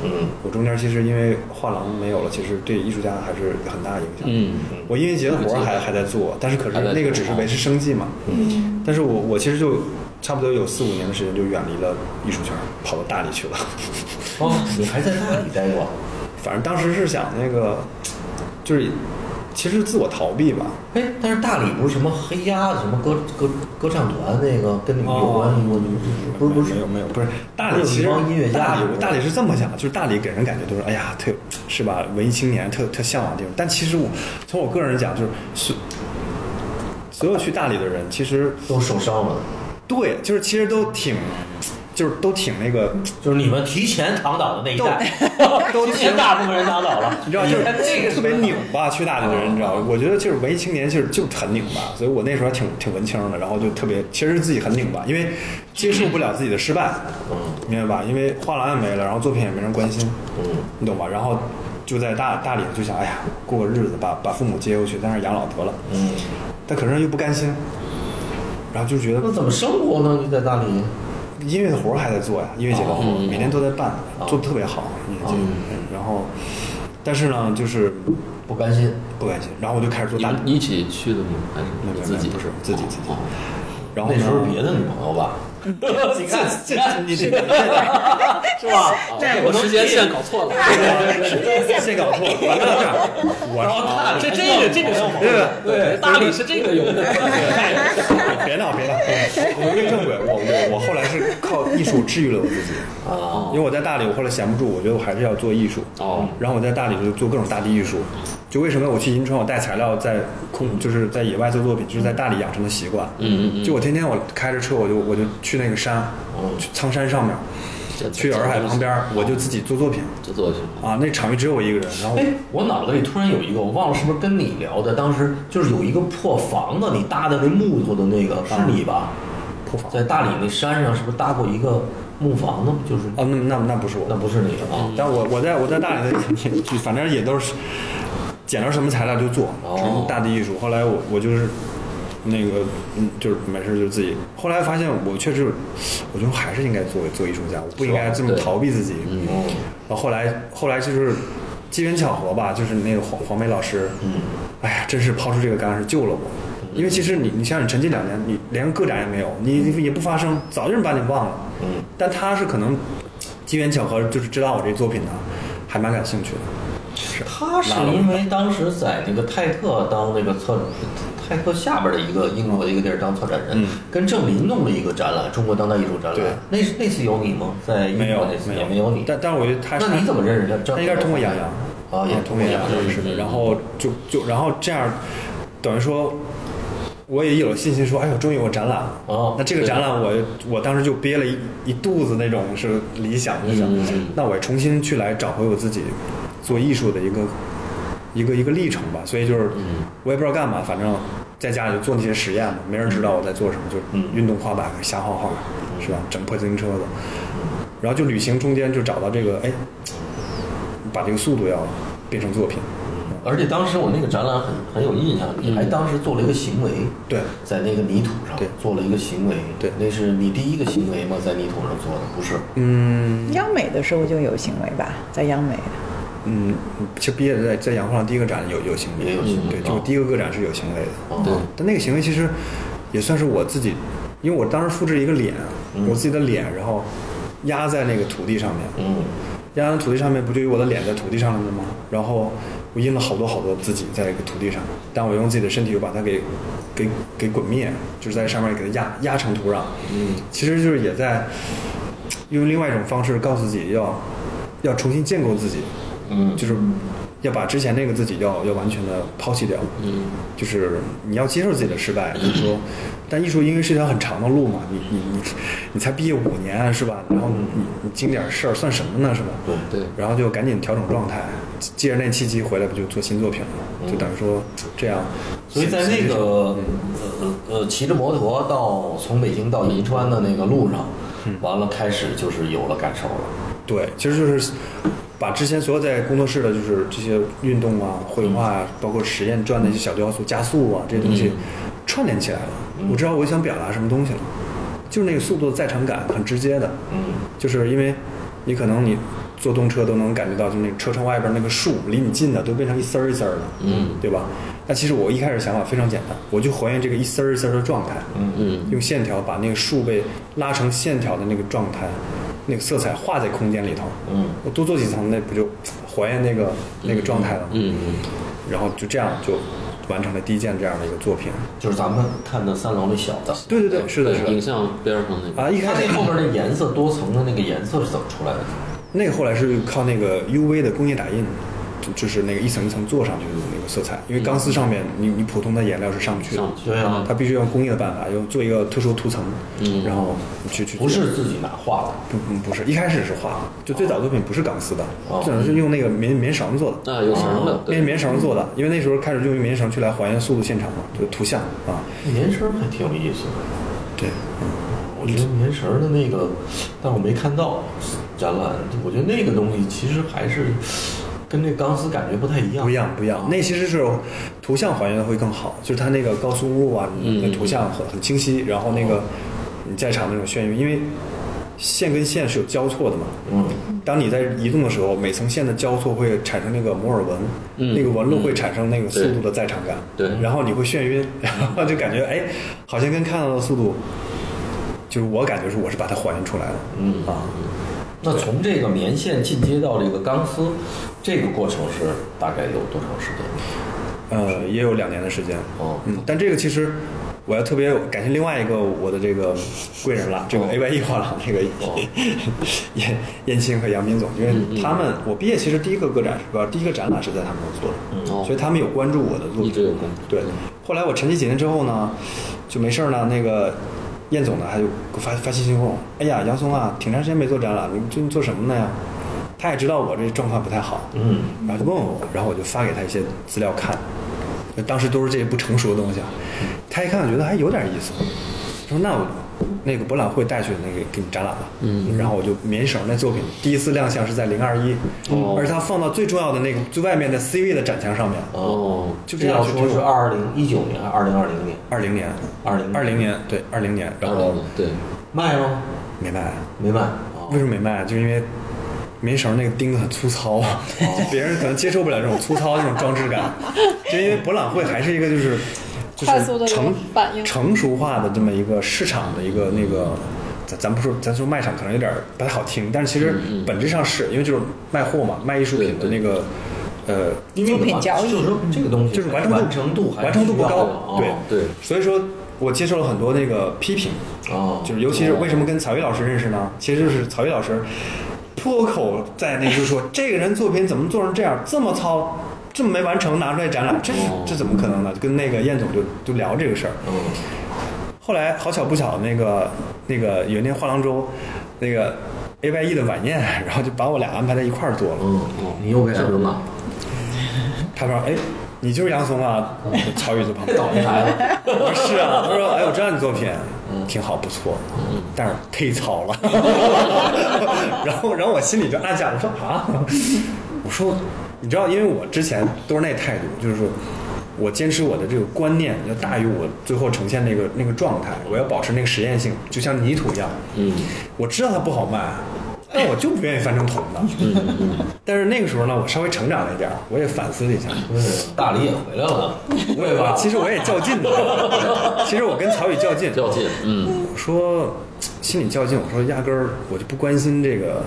A: 嗯
D: 我中间其实因为画廊没有了，其实对艺术家还是很大影响。
B: 嗯，
D: 我音乐节的活儿还还在做，但是可是
B: 还在做
D: 那个只是维持生计嘛。嗯。但是我我其实就差不多有四五年的时间就远离了艺术圈，跑到大理去了。
A: 哦，你还在那里待过，啊
D: 反正当时是想那个，就是其实自我逃避吧。
A: 哎，但是大理不是什么黑鸭子什么歌歌歌唱团那个跟你们有关系吗？你不是不是
D: 没有没有不是大
A: 不
D: 理
A: 是
D: 其实
A: 有一帮音乐家
D: 大理
A: 是吧
D: 大理是这么想，就是大理给人感觉都是哎呀特是吧文艺青年特特向往的地方，但其实我从我个人讲就是所所有去大理的人其实
A: 都受伤了，
D: 对就是其实都挺就是都挺那个
A: 就是你们提前躺倒的那一代，
D: 都
A: 提前大部分人躺倒了，
D: 你知道，就是
A: 在那哎个时候
D: 特别拧巴，去大理的人，你知道吗？我觉得就是文艺青年，就是就很拧巴，所以我那时候还挺挺文青的，然后就特别，其实自己很拧巴，因为接受不了自己的失败，
A: 嗯
D: 明白吧？因为画廊也没了，然后作品也没人关心，
A: 嗯
D: 你懂吧？然后就在大大理就想，哎呀，过个日子吧，把把父母接过去，在那儿养老得了，
A: 嗯，
D: 但可是又不甘心，然后就觉得
A: 那怎么生活呢？你在大理，
D: 音乐的活儿还在做呀，音乐节的活儿、每年都在办，
A: 哦
D: 做的特别好，音乐节，
A: 哦
D: 嗯然后但是呢，就是。
A: 不甘心，
D: 不甘心，然后我就开始做
B: 你
D: 大
B: 们一起去的吗？还是
D: 没有没有
B: 自己？
D: 不是自己自己
B: 哦
D: 然后
A: 那
D: 呢
A: 时候 别的女朋友吧，你看
D: 这这你这个
A: 是吧？
B: 哦我时间线搞错了。
D: 这搞错了，完了这样， 我
A: 啊，这这个这个生活，
B: 对，大理是这个用的。
D: 是别闹别闹，我归正轨，我我我后来是靠艺术治愈了我自己，
A: 啊，
D: 因为我在大理我后来闲不住，我觉得我还是要做艺术，
B: 哦，
D: 然后我在大理就做各种大地艺术，就为什么我去银川我带材料在空就是在野外做作品，就是在大理养成的习惯，
B: 嗯嗯嗯
D: 就我天天我开着车我就我就去那个山，去苍山上面， 去洱海旁边儿，我就自己做作品。
B: 这作品。
D: 啊，那场域只有我一个人，然后
A: 哎，我脑子里突然有一个，我忘了是不是跟你聊的，当时就是有一个破房子，你搭的那木头的那个是你吧？
D: 破防。
A: 在大理那山上是不是搭过一个木房子？就是
D: 哦，那那那不是我，
A: 那不是你啊，
D: 但我我在我在大理的，反正也都是捡到什么材料就做，
A: 哦
D: 只是大地艺术。后来我我就是那个，嗯，就是没事就自己。后来发现我确实，我觉得还是应该做做艺术家，我不应该这么
B: 对
D: 逃避自己。嗯然后后来后来就是机缘巧合吧，就是那个黄黄梅老师，嗯，哎呀，真是抛出这个橄榄枝救了我。因为其实你，你像你沉寂两年，你连个个展也没有，你你也不发声，早就人把你忘了。嗯，但他是可能机缘巧合，就是知道我这作品的，还蛮感兴趣的。是
A: 他是因为当时在那个泰特当那个策，泰特下边的一个英国的一个地儿当策展人，
D: 嗯
A: 跟郑林弄了一个展览，中国当代艺术展览
D: 对。
A: 那是那次有你吗？在英
D: 没有
A: 国那次
D: 没
A: 也
D: 有
A: 没有你。
D: 但但是我觉得他
A: 那你怎么认识他？
D: 他应该是通过杨洋
A: 啊，也
D: 哦通过杨
A: 洋
D: 洋嗯认识的。然后就就然后这样，等于说我也有了信心说，哎呦，终于有展览了。
A: 哦
D: 那这个展览我我当时就憋了一一肚子那种是理想，
A: 嗯
D: 是吧
A: 嗯嗯
D: 那我也重新去来找回我自己做艺术的一个一个一个历程吧。所以就是
A: 嗯
D: 我也不知道干嘛，反正在家里就做那些实验嘛，没人知道我在做什么，就是
A: 嗯
D: 运动滑板、瞎画画，是吧？整破自行车的。然后就旅行中间就找到这个，哎，把这个速度要变成作品。
A: 而且当时我那个展览很很有印象，你还当时做了一个行为，
D: 对
A: 在那个泥土上
D: 对
A: 做了一个行为，
D: 对
A: 那是你第一个行为吗？在泥土上做的，不是？
D: 嗯
E: 央美的时候就有行为吧，在央美。
D: 嗯，其实毕业在在洋画上第一个展览有有行为，
A: 也有行为
D: 对，
A: 哦
D: 就第一个个展是有行为的。
A: 啊
B: 对
D: 但那个行为其实也算是我自己，因为我当时复制一个脸，啊我自己的脸，然后压在那个土地上面，
A: 嗯，
D: 压在土地上面，不就有我的脸在土地上面了吗？然后我印了好多好多自己在这个土地上，但我用自己的身体又把它给给给滚灭，就是在上面给它压压成土壤。嗯，其实就是也在用另外一种方式告诉自己要要重新建构自己。
A: 嗯
D: 就是要把之前那个自己要要完全的抛弃掉，
B: 嗯，
D: 就是你要接受自己的失败，就是说，
A: 嗯
D: 但艺术因为是一条很长的路嘛，你你你你才毕业五年是吧？然后你你经点事儿算什么呢是吧？
A: 对
B: 对，
D: 然后就赶紧调整状态，借着那契机回来不就做新作品了吗？就等于说这样，
A: 所以在那
D: 形式上
A: 个
D: 嗯
A: 呃呃骑着摩托到从北京到银川的那个路上，完了开始就是有了感受了。
D: 对，其实就是把之前所有在工作室的，就是这些运动啊、绘画啊，包括实验转的一些小雕塑、加速啊这些东西串联起来了。我知道我想表达什么东西了，就是那个速度的在场感很直接的，
A: 嗯，
D: 就是因为你可能你坐动车都能感觉到，就是那车窗外边那个树离你近的都变成一丝儿一丝儿的，
B: 嗯，
D: 对吧？那其实我一开始想法非常简单，我就还原这个一丝儿一丝儿的状态，嗯
B: 嗯，
D: 用线条把那个树被拉成线条的那个状态，那个色彩画在空间里头。
A: 嗯，
D: 我多做几层，那不就还原那个那个状态了吗？
B: 嗯，
D: 然后就这样就完成了第一件这样的一个作品。
A: 就是咱们看的三楼那小的，
D: 对对对，是的，是
B: 影
D: 的。
B: 像边上那个，
D: 啊，一
A: 它
D: 开始
A: 那后边那颜色多层的那个颜色是怎么出来的？
D: 那个后来是靠那个 UV 的工业打印，就就是那个一层一层做上去的那个色彩，因为钢丝上面你你普通的颜料是上不去
B: 嗯
D: 的
B: 上，不去
A: 对啊
D: 它必须用工业的办法，用做一个特殊涂层，
B: 嗯
D: 然后去
A: 嗯
D: 去
A: 不是自己拿画的，
D: 不嗯不不是，一开始是画的，就最早作品不是钢丝的，
A: 哦
D: 最早是用那个棉棉绳做的，
B: 啊，有绳的，
D: 那是
B: 对，嗯
D: 棉绳做的，因为那时候开始用棉绳去来还原速度现场嘛，就图像啊，
A: 棉绳还挺有意思的。
D: 对，
A: 我觉得棉绳的那个，但我没看到展览。我觉得那个东西其实还是跟这钢丝感觉不太一样。
D: 不一
B: 啊
D: 样不一样，那其实是图像还原的会更好，就是它那个高速路啊，你的
B: 嗯哦
D: 图像很很清晰，然后那个你在场那种眩晕，因为线跟线是有交错的嘛，
A: 嗯，
D: 当你在移动的时候，每层线的交错会产生那个摩尔纹，
B: 嗯
D: 那个纹路会产生那个速度的在场感，
B: 对对
D: 然后你会眩晕，然后就感觉哎，好像跟看到的速度，就是我感觉是我是把它还原出来了，
A: 嗯
D: 啊，
A: 那从这个棉线进阶到这个钢丝，这个过程是大概有多长时间？
D: 呃，也有两年的时间，
A: 哦
D: 嗯，但这个其实我要特别感谢另外一个我的这个贵人了，这个
A: 哦
D: A Y E 画廊那个
B: 哦
D: 燕燕青和杨斌总，因
B: 嗯
D: 为他们我毕业其实第一个个展是吧，第一个展览是在他们公司做的，
B: 哦
D: 所以他们有关注我的作品，
B: 一直有关注嗯
D: 对，后来我沉寂几年之后呢，就没事儿呢，那个燕总呢，他就给我发发信息问我，哎呀，杨松啊，挺长时间没做展览，你最近做什么呢呀？他也知道我这状况不太好，
A: 嗯，
D: 然后就问我，然后我就发给他一些资料看，就当时都是这些不成熟的东西啊。他一看，觉得还有点意思，说那我那个博览会带去那个给你展览吧。嗯，然后我就棉绳那作品第一次亮相是在零二一，
B: 哦
D: 而它放到最重要的那个最外面的 C 位的展墙上面，
B: 哦，
D: 就
A: 嗯这
D: 这样
A: 要
D: 去
A: 说
D: 推
A: 是
D: 广
A: 二零一九年还是二零二零年？
D: 二零年，
A: 20
D: 二零年，对，二零年，然后
B: 对，
A: 卖吗？
D: 没卖，
A: 没卖。哦
D: 为什么没卖？就是因为棉绳那个钉子很粗糙，
C: 哦
D: 别人可能接受不了这种粗糙的这种装 置感，就因为博览会还是一个就是就是
C: 快速的一种
D: 成
C: 反应
D: 成熟化的这么一个市场的一个那个。咱咱不说，咱说卖场可能有点不太好听，但是其实
C: 嗯
D: 本质上是因为就是卖货嘛，卖艺术品的那个，呃，
A: 因为
E: 作品
A: 完
E: 交易
A: 就是说嗯这个东西
D: 就是完成度
A: 完成度还是
D: 完成度不
A: 需要的
D: 高，对
A: 哦
B: 对
D: 所以说我接受了很多那个批评，
A: 哦，
D: 就是尤其是为什么跟曹郁老师认识呢？其实就是曹郁老师脱口在那就说这个人作品怎么做成这样，这么糙，这么没完成拿出来展览，这
B: 哦
D: 这怎么可能呢？就跟那个燕总就就聊这个事儿。
A: 嗯，
D: 后来好巧不巧，那个那个有一年画廊周，那个 A Y E 的晚宴，然后就把我俩安排在一块儿做了。
A: 嗯，你又被什么了？
D: 他说：“哎，你就是杨松啊？”曹郁在旁
A: 嗯
D: 边，
A: 倒霉孩子。嗯
D: 我说是 啊，他说哎，我知道你作品挺好，不错，但是忒糙 了。然后，然后我心里就暗想，我说啊，我说你知道，因为我之前都是那态度，就是说我坚持我的这个观念要大于我最后呈现那个那个状态，我要保持那个实验性，就像泥土一样。
B: 嗯，
D: 我知道它不好卖，但我就不愿意翻成铜的。但是那个时候呢，我稍微成长了一点儿，我也反思了一下，
A: 嗯大理也回来 了，
D: 我也吧， 其实我也较劲的，其实我跟曹宇较劲，
B: 较劲，嗯，
D: 我说心里较劲，我说压根儿我就不关心这个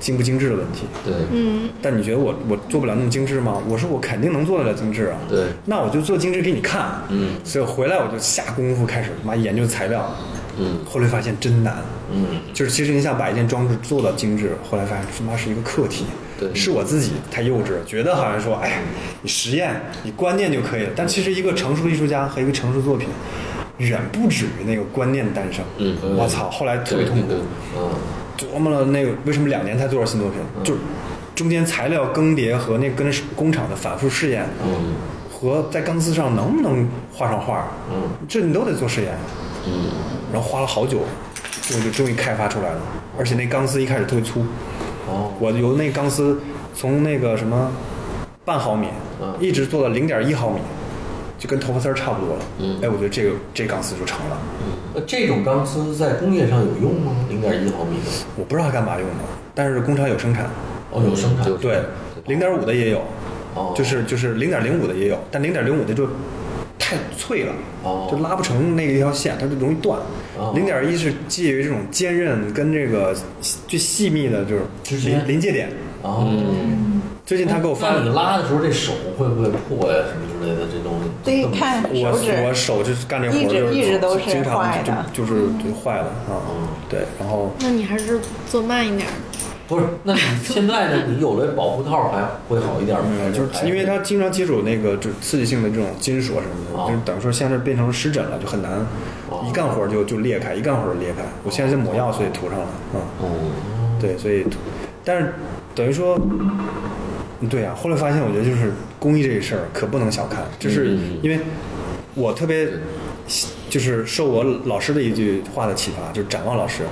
D: 精不精致的问题。
B: 对，
C: 嗯，
D: 但你觉得我我做不了那么精致吗？我说我肯定能做得了精致啊。
B: 对
D: 那我就做精致给你看。嗯，所以回来我就下功夫开始妈研究材料。
B: 嗯，
D: 后来发现真难。
A: 嗯，
D: 就是其实你想把一件装置做到精致，后来发现他妈是一个课题。
B: 对
D: 是我自己太幼稚，觉得好像说，哎，你实验，你观念就可以了。但其实一个成熟的艺术家和一个成熟的作品，远不止于那个观念诞生。
B: 嗯
D: 我操，后来特
B: 对
D: 别痛
B: 对
D: 苦。
B: 对，嗯，
D: 琢磨了那个为什么两年才做出新作品，就中间材料更迭和那跟工厂的反复试验，
B: 嗯
D: 和在钢丝上能不能画上画，
B: 嗯
D: 这你都得做试验，
B: 嗯，
D: 然后花了好久，终于终于开发出来了，而且那钢丝一开始特别粗，
B: 哦，
D: 我由那钢丝从那个什么半毫米
B: 嗯，
D: 一直做到零点一毫米，就跟头发丝儿差不多了，
B: 嗯
D: 哎，我觉得这个这钢丝就成了，
A: 呃，这种钢丝在工业上有用吗？零点一毫米的，
D: 我不知道它干嘛用的，但是工厂有生产，
A: 哦，有生产
B: 有
D: 对，零点五的也有，
A: 哦
D: 就是就是零点零五的也有，但零点零五的就太脆了，
A: 哦
D: 就拉不成那个一条线，它就容易断
A: 哦。
D: 零点一是基于这种坚韧跟这个细最细密的，就
A: 之
D: 是
A: 间
D: 临临界点。
A: 哦。
B: 嗯
D: 最近他给我发
A: 那
E: 嗯
A: 你
D: 了，
A: 拉的时候，这手会不会破呀？什么之类的这东西？
E: 对，看
D: 我
E: 手指，
D: 我手就是干这活儿
E: 一直
D: 就是
E: 一直都是
D: 经常
E: 坏的
D: 就就是就坏了啊、
A: 哦
D: 对，然后
C: 那你还是做慢一点儿。
A: 不是，那你 现在呢？你有了保护套还会好一点吗？
D: 嗯，就是因为它经常接触那个就是刺激性的这种金属啊什么的，
A: 哦
D: 就是等于说现在变成湿疹了，就很难
A: 哦
D: 一干活儿就就裂开，一干活儿就裂开。我现在是抹药，所以涂上了，嗯，对，所以涂，但是等于说，对呀、后来发现我觉得就是工艺这事儿可不能小看，就是
B: 嗯嗯嗯
D: 因为我特别喜就是受我老师的一句话的启发，就是展望老师。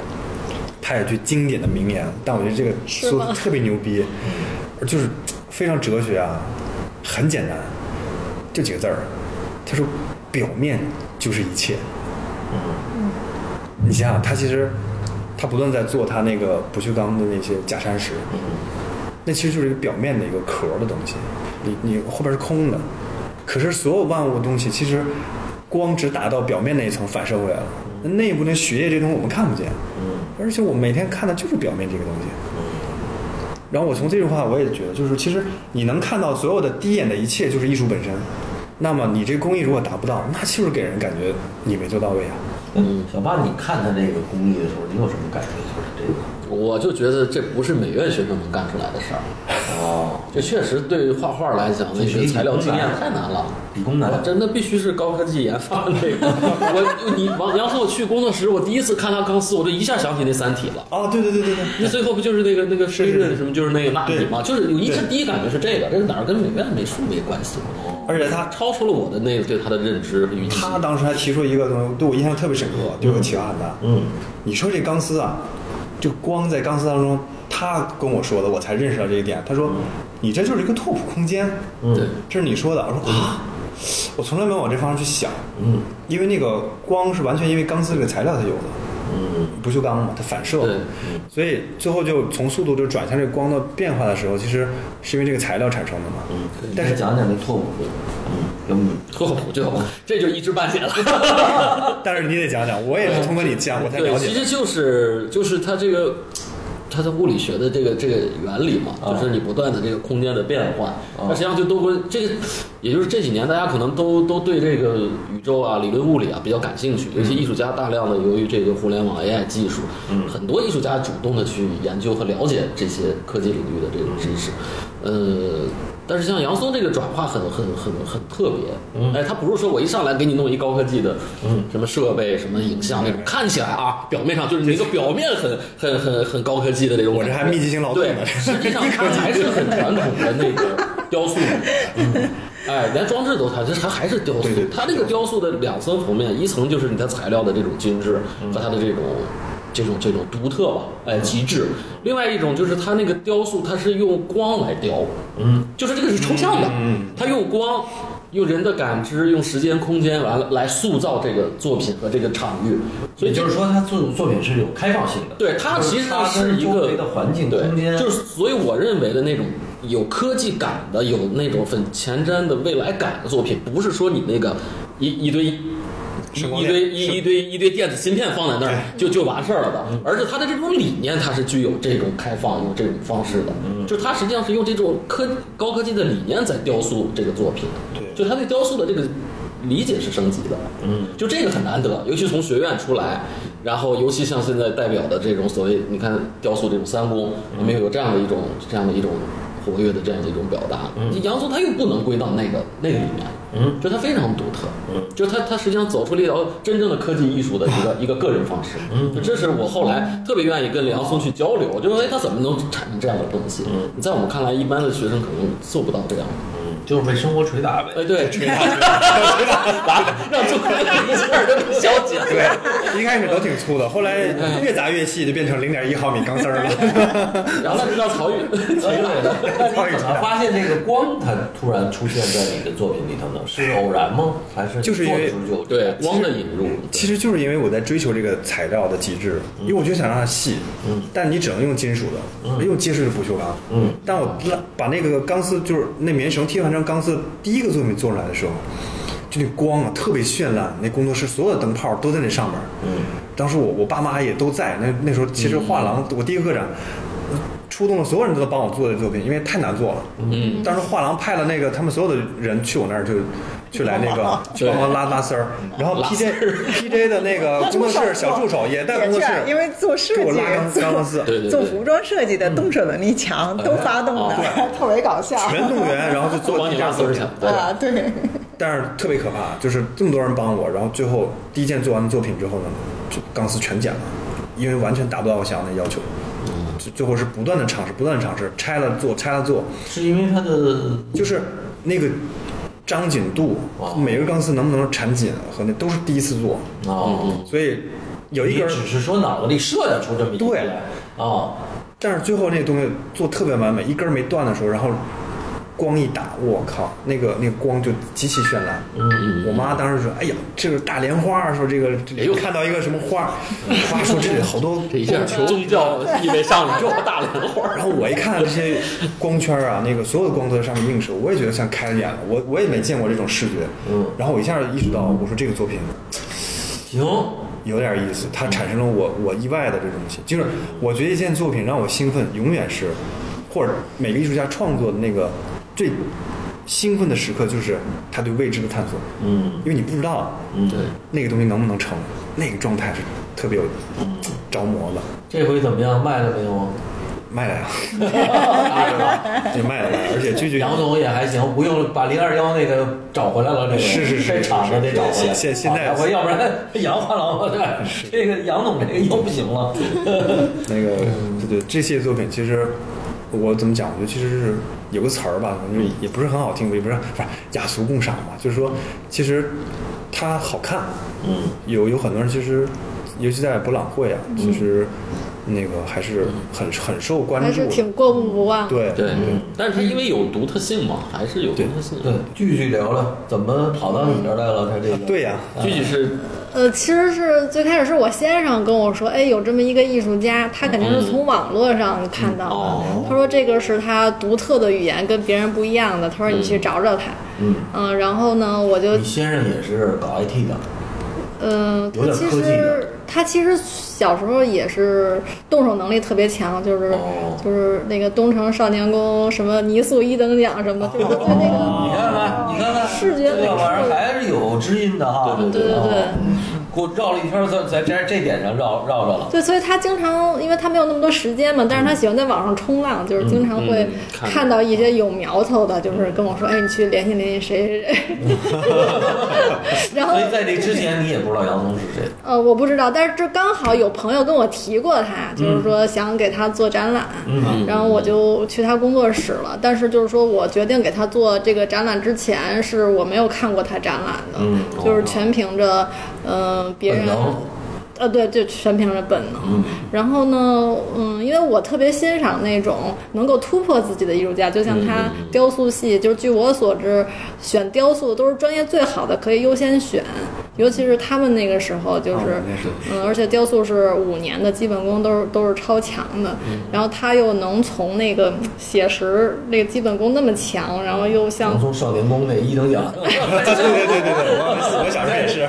D: 他有句经典的名言，但我觉得这个
C: 是
D: 说的
C: 吗
D: 特别牛逼，而就是非常哲学啊，很简单，就几个字儿。他说：“表面就是一切。”嗯，你想想，他其实他不断在做他那个不锈钢的那些假山石，那其实就是一个表面的一个壳儿的东西，你你后边是空的，可是所有万物的东西其实光只打到表面那一层反射回来了，那内部那血液这东西我们看不见，
B: 嗯
D: 而且我每天看的就是表面这个东西。然后我从这句话我也觉得，就是其实你能看到所有的第一眼的一切就是艺术本身，那么你这工艺如果达不到，那就是给人感觉你没做到位啊。
A: 嗯，小八，你看他这个工艺的时候，你有什么感觉？就是这个
B: 我就觉得这不是美院学生能干出来的事儿。
A: 哦，
B: 这确实对于画画来讲，那
A: 这是
B: 个
A: 一
B: 材料
A: 工
B: 经验
A: 难
B: 太难了。
A: 理工男
B: 我真的必须是高科技研发那个。 我你王杨和我去工作室，我第一次看他钢丝，我就一下想起那《三体》了。
D: 啊，对对对对对，
B: 那最后不就是那个那个
D: 是是
B: Freeman 什么，就是那个纳米
D: 对
B: 嘛，就是有一直
D: 对
B: 第一感觉是这个，这是哪儿跟美院美术没关系？
D: 而且他
B: 超出了我的那个对他的认知和预期。
D: 他当时还提出一个东西，对我印象特别深刻，对我启发很大。
A: 嗯，
D: 你说这钢丝啊，这光在钢丝当中，他跟我说的，我才认识到这一点。他说，
B: 嗯
D: 你这就是一个拓扑空间，
A: 嗯
B: 对，
D: 这是你说的。我
B: 嗯
D: 说啊，我从来没往这方向去想，
A: 嗯
D: 因为那个光是完全因为钢丝这个材料它有的，
A: 嗯
D: 不锈钢嘛，它反射嘛
B: 对，
D: 所以最后就从速度就转向这个光的变化的时候，其实是因为这个材料产生的嘛。
A: 嗯，
D: 但是
A: 你再讲讲那拓扑，嗯，给我们
B: 拓扑哦就这就一知半解了。
D: 但是你得讲讲，我也是通过你讲我才了
B: 对，其
D: 解。
B: 实就是就是它这个。它的物理学的这个这个原理嘛，
A: 啊
B: 就是你不断的这个空间的变换，
A: 啊
B: 它实际上就都跟这个，也就是这几年大家可能都都对这个宇宙啊、理论物理啊比较感兴趣，
D: 嗯
B: 尤其艺术家大量的由于这个互联网 AI 技术，很多艺术家主动的去研究和了解这些科技领域的这种知识，呃，但是像杨松这个转化很很很很特
D: 嗯
B: 别，哎，他不是说我一上来给你弄一高科技的，什么设备、什么影像那
D: 嗯
B: 种，看起来啊，表面上就是你一个表面很很很很高科技的那种
D: 我
B: 感
D: 这
B: 觉，
D: 还密集型劳动
B: 对
D: 呢，
B: 实际上它还是很传统的那个雕塑。哎，连装置都它这它还是雕塑
D: 嗯对对对，
B: 它这个雕塑的两层层面，一层就是你的材料的这种精致
D: 嗯
B: 和它的这种。这种这种独特吧，哎，极致。另外一种就是它那个雕塑，它是用光来雕，嗯，就是这个是抽象的，嗯，它用光，用人的感知，用时间、空间，完了来塑造这个作品和这个场域。所以
A: 也
B: 这
A: 就是说，他作作品是有开放性的，
B: 对，它
A: 就是
B: 其实
A: 它
B: 是
A: 跟
B: 一
A: 周
B: 个
A: 围的环境、
B: 对
A: 空间，
B: 就是所以我认为的那种有科技感的、有那种很前瞻的未来感的作品，不是说你那个一一堆一
D: 闪光
B: 一
D: 电
B: 堆一一堆一堆电子芯片放在那儿就就完事儿了的，而是它的这种理念，它是具有这种开放、有这种方式的，
D: 嗯
B: 就它实际上是用这种科高科技的理念在雕塑这个作品，
D: 对
B: 就他对雕塑的这个理解是升级的，嗯，就这个很难得，尤其从学院出来，然后，尤其像现在代表的这种所谓，你看雕塑这种三宫，里面有这样的一种这样的一种活跃的这样的一种表达。杨松他又不能归到那个那个里面，
A: 嗯，
B: 就他非常独特，
A: 嗯，
B: 就他他实际上走出了一条真正的科技艺术的一个一个个人方式，嗯，这是我后来特别愿意跟梁松去交流，就是哎他怎么能产生这样的东西？
A: 嗯
B: 你在我们看来，一般的学生可能做不到这样的。
A: 嗯，就是被生活捶打呗。
D: 呃
B: 哎， 对，打 让中国人一下儿就消解了。
D: 对，一开始都挺粗的，后来 越砸越细，就变成零点一毫米钢丝儿了。
B: 然后让曹禺
A: 所以
B: 锤来的。
A: 那 你怎么发现这个光它突然出现在你的作品里头呢？是偶然吗？还是
D: 就是因为
A: 做的时候就
B: 对光的引入，
D: 其实就是因为我在追求这个材料的极致，
A: 嗯
D: 因为我就想让它细，但你只能用金属的，用结实的不锈钢，
A: 嗯，
D: 但我拉把那个钢丝就是那棉绳替换成钢丝，第一个作品做出来的时候，就那光啊特别绚烂，那工作室所有的灯泡都在那上面，
A: 嗯，
D: 当时我我爸妈也都在，那那时候其实画廊
A: 嗯
D: 我第一个个展。呃触动了所有人都在帮我做的作品，因为太难做了。嗯，当时画廊派了那个他们所有的人去我那儿就，去来那个去帮忙拉嗯拉丝儿，然后
B: 拉
D: PJ PJ 的那个工作室小助手也在工
E: 也
D: 作
E: 是
D: 室，
E: 因为做设
D: 给我
E: 计
D: 拉钢、
E: 做
D: 钢丝丝，
B: 对对
E: 做
B: 对，
E: 服装设计的动手能力强，
D: 哎
E: 都发动的， 特别搞笑。
D: 啊全动员，然后就
B: 都
D: 做
B: 往
D: 第
B: 你
D: 一
B: 拉
D: 件
B: 丝
D: 作
B: 儿
D: 品
B: 去，。对，
E: 啊， 对，
D: 但是特别可怕，就是这么多人帮我，然后最后第一件做完的作品之后呢，就钢丝全剪了，因为完全达不到我想要的要求。最最后是不断的尝试，不断的尝试，拆了做，拆了做，
A: 是因为它的
D: 就是那个张紧度
A: 哦，
D: 每个钢丝能不能缠紧和那都是第一次做，
A: 哦，
D: 所以嗯有一
A: 你
D: 根儿
A: 只是说脑子里设想出这么一个
D: 对
A: 来啊，
D: 但是最后那东西做特别完美，一根儿没断的时候，然后光一打，我靠，那个那个光就极其绚烂。嗯，我妈当时说：“哎呀，这个大莲花，说这个
B: 哎呦
D: 看到一个什么花儿，我妈说这里好多
B: 这一下宗教意味上来，这么大兰花儿。
D: 然后我一看这些光圈啊，那个所有的光都在上面映射，我也觉得像开了眼了。我我也没见过这种视觉，
A: 嗯
D: 然后我一下意识到，我说这个作品
A: 行，
D: 有点意思，它产生了我我意外的这种东西。就是我觉得一件作品让我兴奋，永远是，或者每个艺术家创作的那个最兴奋的时刻，就是他对未知的探索，
A: 嗯
D: 因为你不知道
A: 嗯，
B: 对，
D: 那个东西能不能成，那个状态是特别有着魔的。
A: 这回怎么样？卖了没 有？
D: 卖了呀，
A: 啊是吧
D: 也卖了卖了，而且句句
A: 杨总也还行，不用把零二幺那个找回来了，这个
D: 是是是
A: 这厂子得找回来。
D: 是是是现现在
A: 啊要不然要不然杨画廊我这这个杨总这个又不行了。
D: 那个，对对，这些作品其实我怎么讲？我觉得其实是有个词儿吧，反正也不是很好听，也不是不是雅俗共赏嘛。就是说，其实它好看，
A: 嗯，
D: 有有很多人其实，尤其在博览会啊，其实那个还是很很受关
C: 还
D: 注
C: 是
D: 的。
C: 挺过目不忘。，
D: 对
B: 对，但是它因为有独特性嘛，还是有独特性。
A: 对，句句聊聊怎么跑到你这儿来了？他这个
D: 对呀、
B: 具体是
C: 呃，其实是最开始是我先生跟我说，哎，有这么一个艺术家，他肯定是从网络上看
A: 嗯
C: 到的。
B: 哦
C: 他说这个是他独特的语言，跟别人不一样的。他说你去找找他。
A: 嗯
C: 嗯，然后呢，我就
A: 你先生也是搞 IT 的，
C: 嗯，
A: 有点
C: 他其
A: 科技的
C: 实他其实小时候也是动手能力特别强，就是、
A: 哦
C: 就是那个东城少年宫什么泥塑一等奖什么，就是对那个、
A: 哦你看看，你看看，
C: 视觉
A: 这
C: 美
A: 个
C: 术
A: 玩意儿还是有知音的哈。
B: 对
C: 对对对
A: 哦给我绕了一圈儿，在在这这点上绕绕着了。
C: 对，所以他经常，因为他没有那么多时间嘛，
A: 嗯
C: 但是他喜欢在网上冲浪，就是经常会
B: 嗯看
C: 看到一些
A: 啊
C: 有苗头的，就是
A: 嗯
C: 跟我说，哎，你去联系联系谁谁谁。 然后
A: 所以在这之前，你也不知道杨松是谁。
C: 呃，我不知道，但是这刚好有朋友跟我提过他，就是说想给他做展览，
A: 嗯
C: 然后我就去他工作室了。但是就是说我决定给他做这个展览之前，是我没有看过他展览的，
A: 嗯
C: 就是全凭着嗯、呃别人
A: 本能。
C: 呃，对，就全凭着本能。然后呢，嗯，因为我特别欣赏那种能够突破自己的艺术家，就像他雕塑系，就是据我所知，选雕塑都是专业最好的，可以优先选。尤其是他们那个时候，就是，
D: 啊我那时候
C: 嗯，而且雕塑是五年的基本功都是都是超强的，然后他又能从那个写实那个基本功那么强，然后又像
A: 杨松少年宫那一等 奖，
D: 对对对对对，我我小时候也是，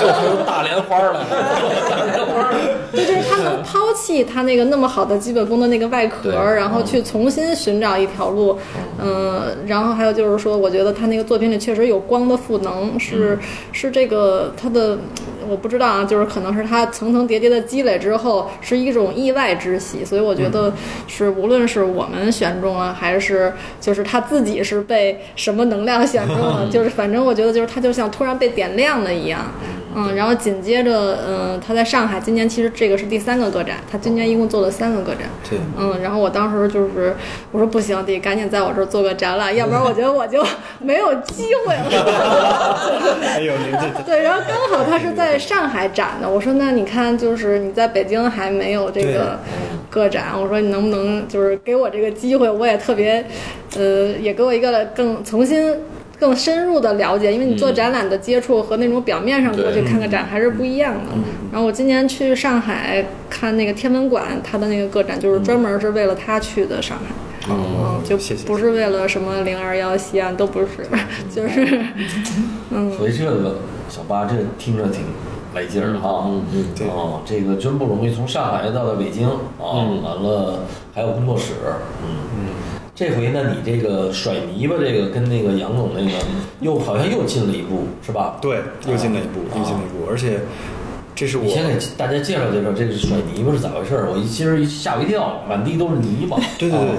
B: 就出大莲花儿来，
C: 对，就是他能抛弃他那个那么好的基本功的那个外壳，
B: 对
C: 然后去重新寻找一条路。嗯、然后还有就是说，我觉得他那个作品里确实有光的赋能，是、是这个他的，我不知道啊，就是可能是它层层叠叠的积累之后，是一种意外之喜。所以我觉得是无论是我们选中了，还是就是他自己是被什么能量选中了，就是反正我觉得就是他就像突然被点亮了一样。嗯，然后紧接着，嗯，他在上海今年其实这个是第三个个展，他今年一共做了三个个展。
A: 对，
C: 嗯，然后我当时就是我说不行，得赶紧在我这儿做个展览，要不然我觉得我 就没有机会了。
D: 哎呦， 您这哎
C: 对，然后刚好他是在上海展的，我说那你看，就是你在北京还没有这个个展，我说你能不能就是给我这个机会，我也特别，呃，也给我一个更重新。更深入的了解，因为你
D: 嗯
C: 做展览的接触和那种表面上过去看个展还是不一样
D: 嗯
C: 的。然后我今年去上海看那个天文馆，它的那个个展就是专门是为了他去的上海，
D: 嗯哦
C: 嗯，就
D: 谢谢
C: 不是为了什么零二幺西安都不是， 就是
D: 嗯
C: 嗯，
A: 所以这个小八这听着挺来劲儿哈，嗯嗯
D: 对嗯
A: 哦，这个真不容易，从上海到了北京啊，完了还有工作室，嗯嗯，这回呢，你这个甩泥巴这个跟那个杨总那个
D: 嗯
A: 又好像又进了一步，是吧？
D: 对又进了一步，又进了一步，而且这是
A: 你
D: 我
A: 先给大家介绍介绍这个甩泥巴是咋回事儿，我一其实一吓我一跳，满地都是泥巴。
D: 对对对
A: 啊，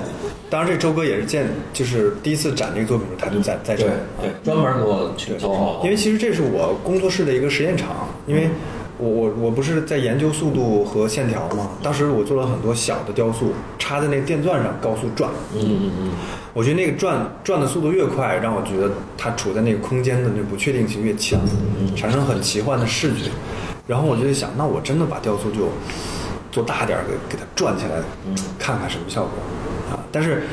D: 当然这周哥也是见，就是第一次展这个作品的时候，他就在在这
A: 对
D: 儿，
A: 对，专门给我去介绍，
D: 嗯因为其实这是我工作室的一个实验场，因为我我我不是在研究速度和线条嘛，当时我做了很多小的雕塑，插在那个电钻上高速转，
A: 嗯嗯嗯，
D: 我觉得那个转转的速度越快，让我觉得它处在那个空间的那不确定性越强，产生很奇幻的视觉。然后我就在想，那我真的把雕塑就做大点儿，给给它转起来，看看什么效果啊！但是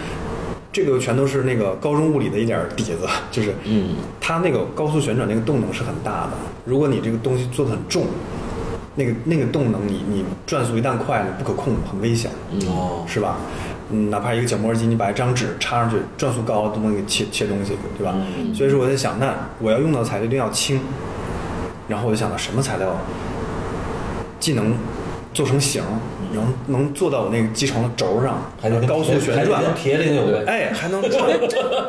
D: 这个全都是那个高中物理的一点儿底子， 就是
B: 嗯，
D: 它那个高速旋转那个动能是很大的，如果你这个东西做的很重。那个那个动能你，你转速一旦快了，不可控，很危险。
A: 哦，
D: 是吧？嗯，哪怕一个角磨机，你把一张纸插上去，转速高都能给切切东西，对吧？所以说我在想，那我要用到的材料一定要轻。然后我就想到什么材料，既能做成型，然后能做到我那个机床的轴上，
A: 还得跟
D: 高速
A: 铁
D: 旋转
A: 还得，跟铁岭有关。
D: 哎，还能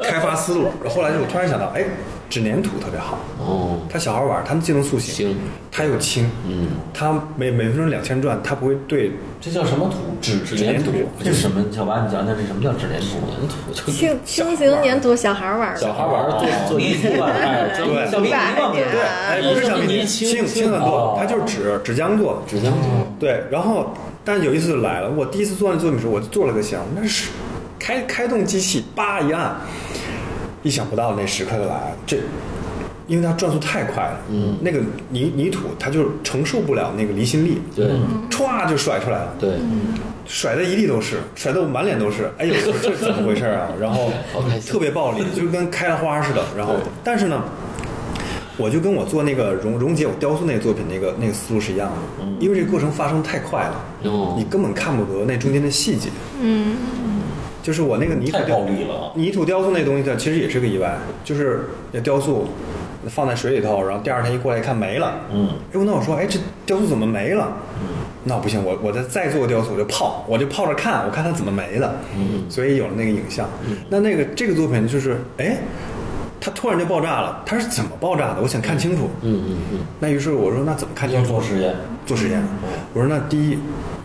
D: 开发思路。后来就我突然想到，哎，纸粘土特别好，
B: 哦，
D: 它小孩玩，它既能塑形，
B: 行
D: 它又轻，嗯，它每每分钟两千转，它不会对
A: 这叫什么土？纸
D: 纸粘土
A: 这是什么？小八，你讲讲这什么叫纸粘土？
B: 粘土就
C: 轻轻型粘土小孩儿玩儿
B: 小
C: 的，
B: 孩玩儿做做
A: 泥
B: 泥
A: 塑
B: 塑吧，哎，
A: 哎
B: 咱们
D: 对
C: 小
B: 像
C: 米
B: 泥
C: 吧
B: 嘛，
C: 对
D: 对，哎，不是橡皮
B: 泥
D: 泥，
B: 轻
D: 轻
B: 轻
D: 很
A: 哦
D: 多，它就是纸纸浆做的。
B: 纸浆做。
D: 对，然后但是有意思就来了，我第一次做那作品的时候，我就做了个箱，那是开开动机器，叭一按，意想不到那时刻就来了，这。因为它转速太快了，嗯，那个泥泥土它就承受不了那个离心力，
B: 对
D: 歘就甩出来了，
B: 对，
D: 甩的一地都是，甩的我满脸都是。哎呦，我说这是怎么回事啊？然后
B: 好开心
D: 特 别暴力，就跟开了花似的。然后，但是呢，我就跟我做那个蓉蓉姐我雕塑那个作品那个那个思路是一样的，
A: 嗯
D: 因为这个过程发生太快
B: 哦
D: 了，你根本看不得那中间的细节。
C: 嗯，
D: 就是我那个泥土
A: 太
D: 雕
A: 暴力了啊
D: 泥土雕塑那东西它其实也是个意外，就是那雕塑放在水里头，然后第二天一过来一看没了，
A: 嗯，
D: 哎，那我说，哎，这雕塑怎么没了？那不行，我我再再做个雕塑，我就泡，我就泡着看，我看它怎么没的，嗯，所以有了那个影像。那那个这个作品就是，哎，它突然就爆炸了，它是怎么爆炸的？我想看清楚。
B: 嗯嗯嗯，
D: 那于是我说，那怎么看清
A: 要
D: 楚？
A: 做实验，
D: 做实验。我说那第一，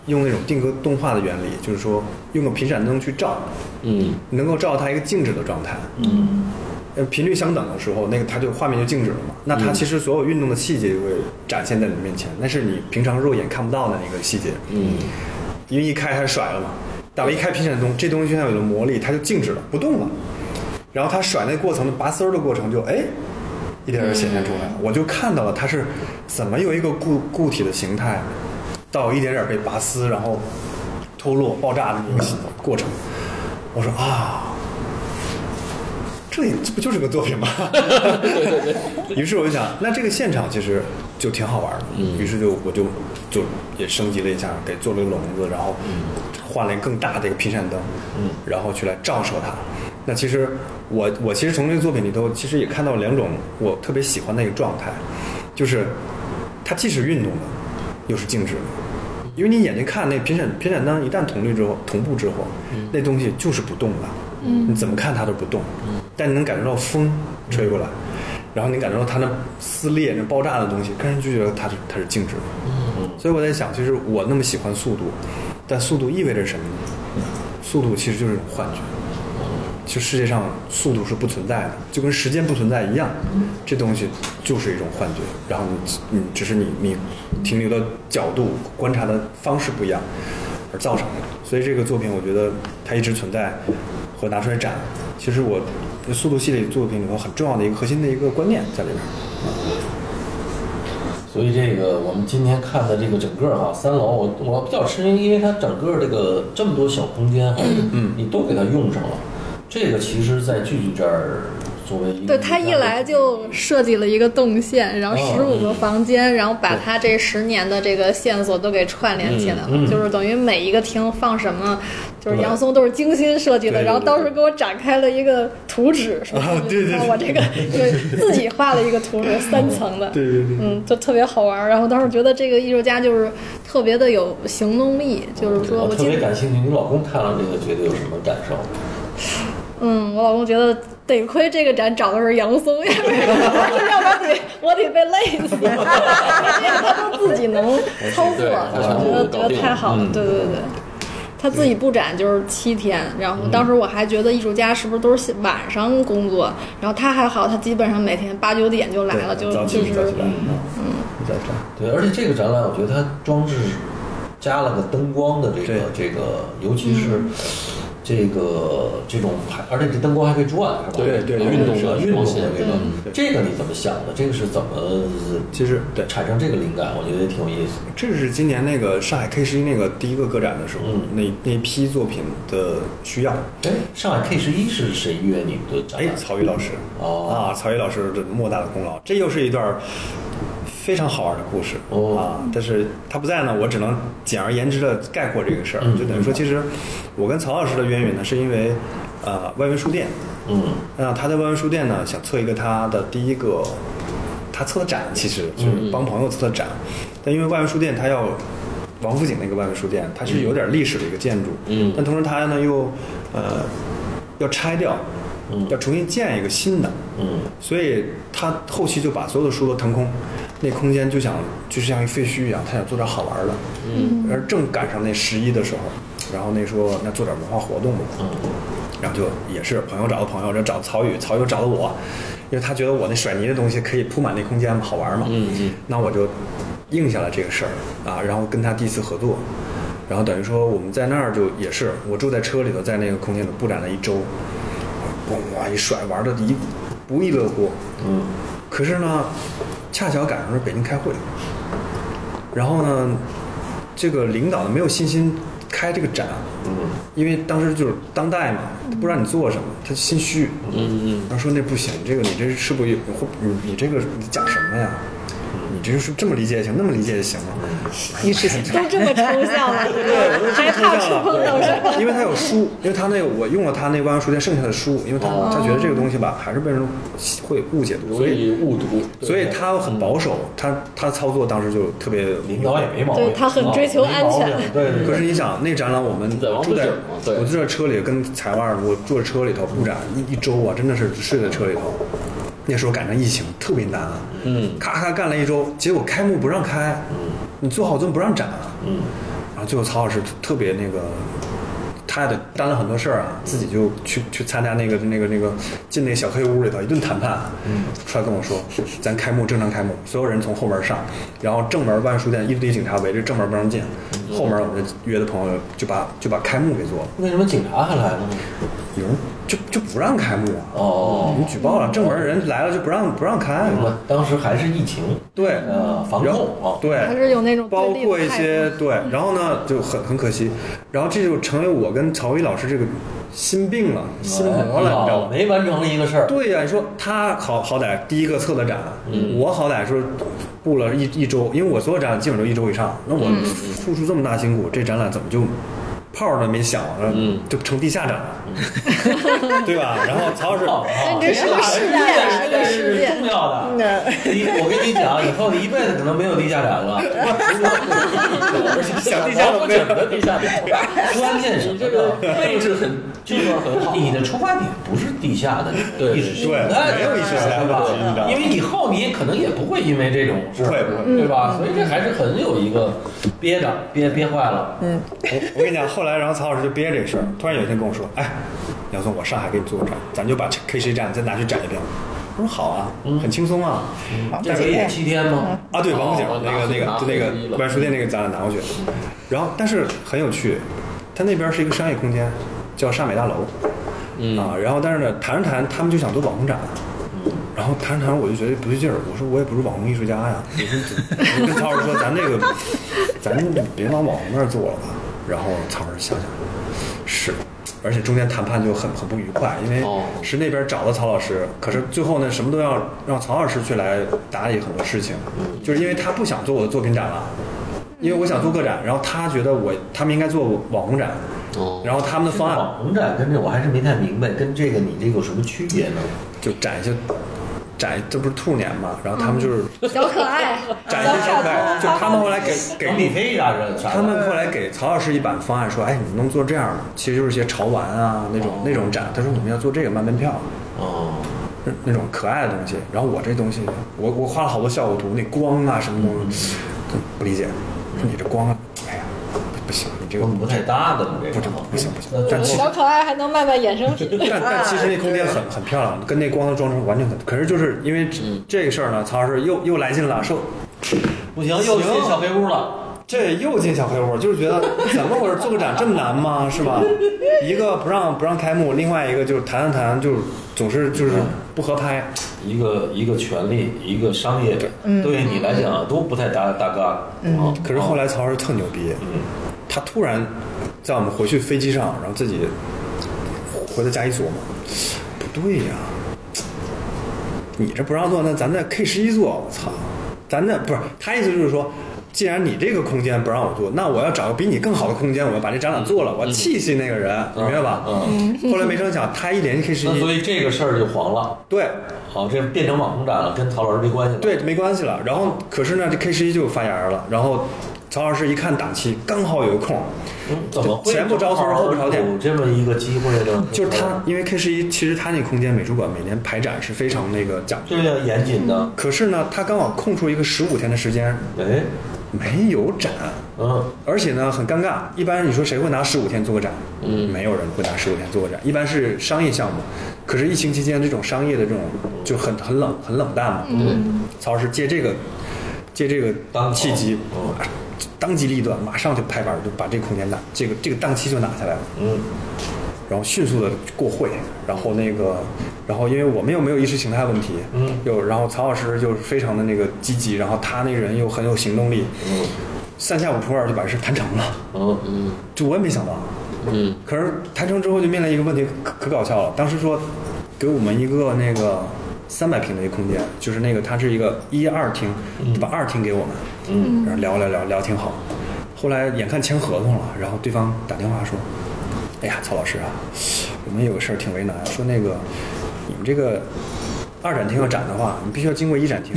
D: 用那种定格动画的原理，就是说用个频闪灯去照，
B: 嗯，
D: 能够照到它一个静止的状态。
A: 嗯，
D: 呃，频率相等的时候，那个它就画面就静止了嘛。那它其实所有运动的细节就会展现在你面前，那是你平常肉眼看不到的那个细节。嗯，因为一开它甩了嘛，但我一开频闪灯，这东西就像有了魔力，它就静止了，不动了。然后它甩那过程的拔丝儿的过程就哎，一点点显现出来了。我就看到了它是怎么由一个固固体的形态，到一点点被拔丝，然后脱落、爆炸的那个过程。我说啊。这也这不就是个作品吗？ 于是我就想，那这个现场其实就挺好玩的。于是就我就就也升级了一下，给做了个笼子，然后换了一个更大的一个频闪灯，然后去来照射它。那其实我我其实从这个作品里头，其实也看到两种我特别喜欢的一个状态，就是它既是运动的，又是静止的。因为你眼睛看那频闪频闪灯一旦同步之后，同步之后，那东西就是不动的，你怎么看它都不动，但你能感觉到风吹过来。然后你感受到它那撕裂、那爆炸的东西，但是就觉得它是它是静止的。所以我在想，其实我那么喜欢速度，但速度意味着什么呢？速度其实就是一种幻觉。就世界上速度是不存在的，就跟时间不存在一样，这东西就是一种幻觉。然后你你只是你你停留的角度、观察的方式不一样而造成的。所以这个作品，我觉得它一直存在和拿出来展，其实我速度系列作品里头很重要的一个核心的一个观念在里面。
A: 所以这个我们今天看的这个整个哈、三楼，我我比较吃惊，因为它整个这个这么多小空间哈、嗯，你都给它用上了。这个其实，在剧剧这儿作为一
D: 嗯
A: 个
C: 对他一来就设计了一个动线，然后
A: 哦
C: 十五
D: 嗯
C: 个房间，然后把他这十年的这个线索都给串联起来了，
A: 嗯嗯
C: 就是等于每一个厅放什么，就是
A: 对
C: 杨松都是精心设计的，
D: 对对
C: 然后
D: 对
C: 当时给我展开了一个图纸，说
D: 啊对对
C: 你看我这 个对自己画了一个图纸，三层的，
D: 对对对
C: 嗯，就特别好玩儿。然后当时觉得这个艺术家就是特别的有行动力，
D: 哦
C: 就是说
A: 我
C: 我
A: 特
C: 记
A: 别
C: 得
A: 感兴趣，你老公看了这个，觉得有什么感受？
C: 嗯，我老公觉得得亏这个展找的是杨 松，要不然要不然得我得被累死。这样他都自己能操作，
B: 对
C: 我
B: 他
C: 觉得
B: 全部
C: 觉
B: 搞
C: 得
B: 定
C: 太好了
B: 嗯，
C: 对对对。他自己布展就是七天，然后当时我还觉得艺术家是不是都是晚上工作，然后他还好，他基本上每天八九点就来了，就
D: 早
C: 就
D: 起
C: 是
D: 早起来，嗯，早起来，
A: 对，而且这个展览，我觉得它装置加了个灯光的这个
D: 对
A: 这个，尤其是
C: 嗯
A: 这个这种还，而且这灯光还可以转，是吧？
D: 对对对
A: 运动
B: 是
A: 的
B: 的
A: 运动的
B: 光线
A: 这个
D: 对，
A: 这个你怎么想的？这个是怎么
D: 其实对。
A: 产生这个灵感？我觉得也挺有意思。
D: 这是今年那个上海 K 十一那个第一个个展的时候，
A: 嗯
D: 那那批作品的需要。
A: 哎，上海 K 十一是谁约你们的展
D: 哎
A: 览，？
D: 曹禺老师，
A: 哦
D: 啊，曹禺老师的莫大的功劳，这又是一段非常好玩的故事、
A: 哦
D: 啊。但是他不在呢，我只能简而言之的概括这个事儿，
A: 嗯
D: 就等于说，其实我跟曹老师的渊源呢，是因为呃外文书店，
A: 嗯，
D: 那他在万文书店呢，想测一个他的第一个，他测的展，其实
A: 嗯
D: 就是帮朋友测的展。但因为万文书店，他要王府井那个万文书店，它是有点历史的一个建筑，
B: 嗯
D: 但同时它呢又呃要拆掉，
A: 嗯
D: 要重新建一个新的，
A: 嗯，
D: 所以他后期就把所有的书都腾空，那空间就想就像一废墟一样，他想做点好玩的。嗯，而正赶上那十一的时候，然后那说那做点文化活动吧。嗯，然后就也是朋友找的朋友，这找曹宇，曹宇找的我，因为他觉得我那甩泥的东西可以铺满那空间嘛，好玩嘛。嗯嗯，那我就应下了这个事儿啊，然后跟他第一次合作。然后等于说我们在那儿就也是，我住在车里头，在那个空间里布展了一周，咣咣啊一甩，玩的一不亦乐乎。嗯，可是呢，恰巧赶上是北京开会，然后呢，这个领导呢没有信心开这个展，嗯，因为当时就是当代嘛，他不知道你做什么，他心虚，嗯嗯，然后说那不行，这个你这是不是有你你这个你讲什么呀？你这是这么理解也行，那么理解也行吗？
E: 一直想
C: 都这么抽象啊 了，还怕触碰到什么？
D: 因为他有书，因为他那个我用了他那个万书店剩下的书，因为他、他觉得这个东西吧，还是被人会误解的，
B: 容
D: 所以
B: 易误读，对
D: 所以他很保守，他他操作当时就特别
A: 领导也没毛病，
C: 对他很追求
A: 啊没毛病
C: 安全
A: 对对
D: 可
A: 对。
D: 是你想，那展览我们
B: 在王府
D: 住在
B: 井嘛对
D: 我住在车里，跟财腕儿，我坐在车里头布展一一周啊，真的是睡在车里头。那时候赶上疫情，特别难啊。嗯，咔咔干了一周，结果开幕不让开，你做好怎么不让展啊？嗯，然后最后曹老师特别那个。他得担了很多事儿啊，自己就去去参加那个那个那个进那个小黑屋里头一顿谈判，
A: 嗯
D: 出来跟我说，咱开幕正常开幕，所有人从后门上，然后正门万书店一堆警察围着正门不让进，
A: 嗯
D: 后门我们约的朋友就把就把开幕给做了，
A: 为什么警察还来了呢？
D: 有人就就不让开幕啊，
A: 哦
D: 你举报了，正门人来了就不让不让开，
A: 明白当时还是疫情，
D: 对，
A: 呃，防
D: 然
A: 控
D: 后
A: 啊，
D: 对，
C: 还是有那种
D: 包
C: 对立的
D: 括一
C: 态度
D: 些对，然后呢就很很可惜，然后这就成为我跟曹毅老师这个心病了，心魔了，
A: 哦
D: 你知道吗？
A: 哎啊没完成了一个事儿，
D: 对呀、你说他好好歹第一个测的展，我好歹说布了一一周，因为我所有展览基本都一周以上，那我付出这么大辛苦，这展览怎么就泡儿都没响，嗯，就成地下展了？ 对吧？然后曹老师，
A: 啊
C: 但这是个事件，是个嗯事
A: 是
C: 件
A: 重。要的。
E: 那
A: 你我跟你讲，以后你一辈子可能没有地下点了。
D: 想地下
B: 不
D: 了没有
B: 准的地下点，
A: 关键是
B: 你这个位置很地方很好。
A: 你的出发点不是地下的，
B: 对
A: 意识形
D: 对
A: 态，
D: 没有意识形态
A: 对吧
D: 问题你知道吗
A: 因为以后你可能也不会因为这种事
D: 不
A: 儿，
D: 会不会
A: 对
C: 嗯
A: 吧？所以这还是很有一个憋着，憋憋坏了。
C: 嗯
D: 我我跟你讲，后来然后曹老师就憋这个事儿，突然有一天跟我说，哎，杨松，我上海给你做个展，咱就把 K C 站再拿去展一遍。我说好啊，
B: 嗯
D: 很轻松啊。
E: 王
A: 这
E: 姐
A: 不也
E: 姐
A: 七天
C: 嗯
A: 吗？
D: 啊，对，王府井
B: 哦
D: 那个那
B: 拿
D: 个
B: 回
D: 就那
B: 拿回一了
D: 个外书店那个展览拿过去，然后但是很有趣，它那边是一个商业空间，叫沙美大楼，
B: 嗯
D: 啊，然后但是呢，谈着谈他们就想做网红展。然后谈着谈着我就觉得不对劲儿，我说我也不是网红艺术家呀，我说怎 我跟曹老师说咱这个，咱别往网红那儿做了吧。然后曹老师想想，是，而且中间谈判就很很不愉快，因为
B: 哦
D: 是那边找的曹老师，可是最后呢，什么都要让曹老师去来打理很多事情，
B: 嗯
D: 就是因为他不想做我的作品展了，因为我想做个展，然后他觉得我他们应该做网红展，
B: 哦，
D: 然后他们的方案
A: 网红展跟这我还是没太明白，跟这个你这有什么区别呢？
D: 就展一些展，这不是兔年嘛，然后
B: 嗯
D: 他 们就是
C: 小可爱，
D: 展一些小可爱，就他们后来给给
A: 你可以啥啥
D: 他们后来给曹老师一版方案，说：“哎，你们能做这样吗？其实就是一些潮玩啊那种、那种展。”他说：“我们要做这个卖门票，
A: 哦，
D: 那那种可爱的东西。”然后我这东西，我我画了好多效果图，那光啊什么东
A: 嗯
D: 西，不理解。说你这光，啊，哎呀，不不行，你这
A: 这
D: 个
A: 个不太搭的，你这个
D: 不行不行
A: 那
D: 但其实
C: 小可爱还能卖卖衍 生品。
D: 但但其实那空间很很漂亮，跟那光的装饰完全很。可是就是因为这
A: 嗯
D: 这个事儿呢，曹老师又又来劲了，说
A: 不行，又进
D: 行
A: 小黑屋了。
D: 这又进小黑屋，就是觉得怎么回事？做个展这么难吗？是吧？一个不让不让开幕，另外一个就是谈了谈，就是总是就是不合拍。
A: 一个一个权利，一个商业，对于你来讲啊都不太搭搭嘎。嗯
D: 可是后来曹老师特牛逼，他突然在我们回去飞机上，然后自己回到家一琢磨，不对呀、你这不让做，那咱在 K 十一做，我操，咱那不是他意思就是说。既然你这个空间不让我做，那我要找个比你更好的空间，我要把这展览做了，我要气气那个人，你明白吧？
A: 嗯
D: 后来没成想，他一联系 K 十
A: 那所
D: 一，
A: 以这个事儿就黄了，
D: 对
A: 好，这变成网红展了，跟曹老师没关系了。
D: 对，没关系了。然后可是呢，这 K 十一就发芽了。然后曹老师一看档期，刚好有空，
A: 嗯，怎么会
D: 前不着村后不着店
A: 有这么一个机会呢？
D: 就是他，因为 K 十一其实他那空间美术馆每年排展是非常那个讲究
A: 这。个要严谨的。
D: 可是呢，他刚好空出一个十五天的时间，
A: 哎，
D: 没有展，
A: 嗯，
D: 而且呢很尴尬。一般你说谁会拿十五天做个展？
B: 嗯
D: 没有人会拿十五天做个展，一般是商业项目。可是疫情期间这种商业的这种就很很冷很冷淡嘛。
C: 嗯，
D: 曹老师借这个借这个
A: 当口
D: 契机
A: 嗯，
D: 当机立断，马上就拍板就把这个空间拿这个这个档期就拿下来了。
A: 嗯，
D: 然后迅速的过会，然后那个，然后因为我们又没有意识形态问题，
A: 嗯
D: 又然后曹老师就是非常的那个积极，然后他那人又很有行动力，
A: 嗯，
D: 三下五除二就把事谈成了，
A: 嗯，
B: 嗯
D: 就我也没想到。
B: 嗯，
D: 可是谈成之后就面临一个问题，可可搞笑了，当时说给我们一个那个三百平的一个空间，就是那个它是一个一二厅，把二厅给我们，
A: 嗯，
D: 然后聊聊聊聊挺好，后来眼看签合同了，然后对方打电话说，哎呀，曹老师啊，我们有个事儿挺为难，啊说那个你们这个二展厅要展的话，你必须要经过一展厅，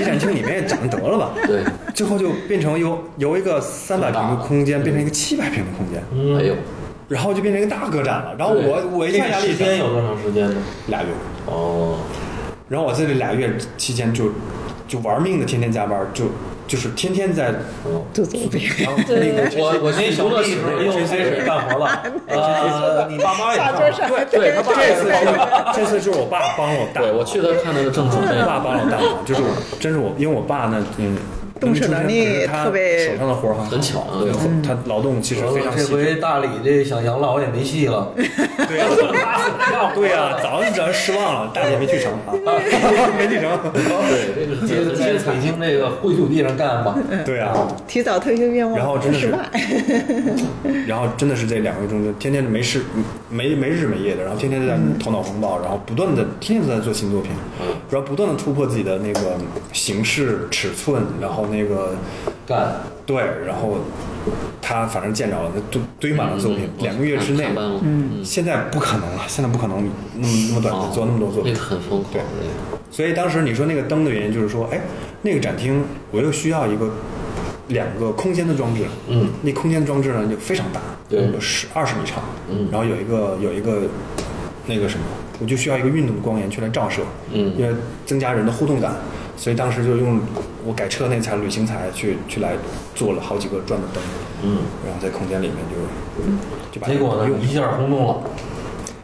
D: 一展厅里面也展得了吧？
B: 对，
D: 最后就变成由由一个三百平的空间变成一个七百平的空间。
A: 嗯
B: 哎呦，
D: 然后就变成一个大个展了。然后
B: 对
D: 我我一
A: 这
D: 看
A: 个
D: 压力
A: 时间有多长时间呢？
D: 俩月，
A: 哦，
D: 然后我在这俩月期间就就玩命的天天加班，就就是天天在哦
E: 肚子 病，
D: 那个
B: 我我
A: 那
B: 那
A: 小
B: 小
A: 弟
B: 弟
A: 是
B: 是
A: 不是又
B: 真
A: 开始
B: 是
A: 干活了？ 呃，你爸妈也
E: 大
A: 干
E: 桌
A: 活
E: 上
B: 对他爸
D: 这次是这次是我爸帮我打，
B: 对我去他看他的正准备
D: 我爸帮我打忙，就是我真是我，因为我爸呢，嗯。
E: 动手能力
D: 可是他
E: 特别
D: 手上的活儿
B: 很巧哦
D: 对
B: 对，
D: 他劳动其实
A: 我
D: 非常
A: 这
D: 细致。
A: 回大理这想养老也没戏 了，
D: 对呀，对呀，
B: 啊
D: 早就早就失望了，大姐没去成啊， 没去成。
B: 对，这个是
A: 接着接着北京 这个灰土地上干吧。
D: 对啊，
E: 提早退休愿望
D: 然后真的
E: 失
D: 是
E: 败。
D: 然后真的是这两个月中间，天天没事没没日没夜的，然后天天在
B: 嗯
D: 头脑风暴，然后不断的天天都在做新作品，然后不断的突破自己的那个形式尺寸，然后那个
A: 干，
D: 对，然后他反正见着了，他堆堆满了作品，两个月之
B: 嗯
D: 内
B: 看，看班了
E: 嗯
D: 现在不可能了，现在不可能那么那么短
B: 哦
D: 做那么多作
B: 那
D: 品
B: 个。很疯狂，
D: 对
B: 那个
D: 所以当时你说那个灯的原因，就是说，哎，那个展厅我又需要一个两个空间的装置，
B: 嗯，
D: 那空间装置呢就非常大，
B: 对
D: 有十二十米长，
B: 嗯
D: 然后有一个有一个那个什么，我就需要一个运动的光源去来照射，
B: 嗯
D: 因为增加人的互动感，所以当时就用我改车那台旅行材去去来做了好几个转的灯，
B: 嗯，
D: 然后在空间里面就就把它
A: 结果呢
D: 用，
A: 一下轰动了。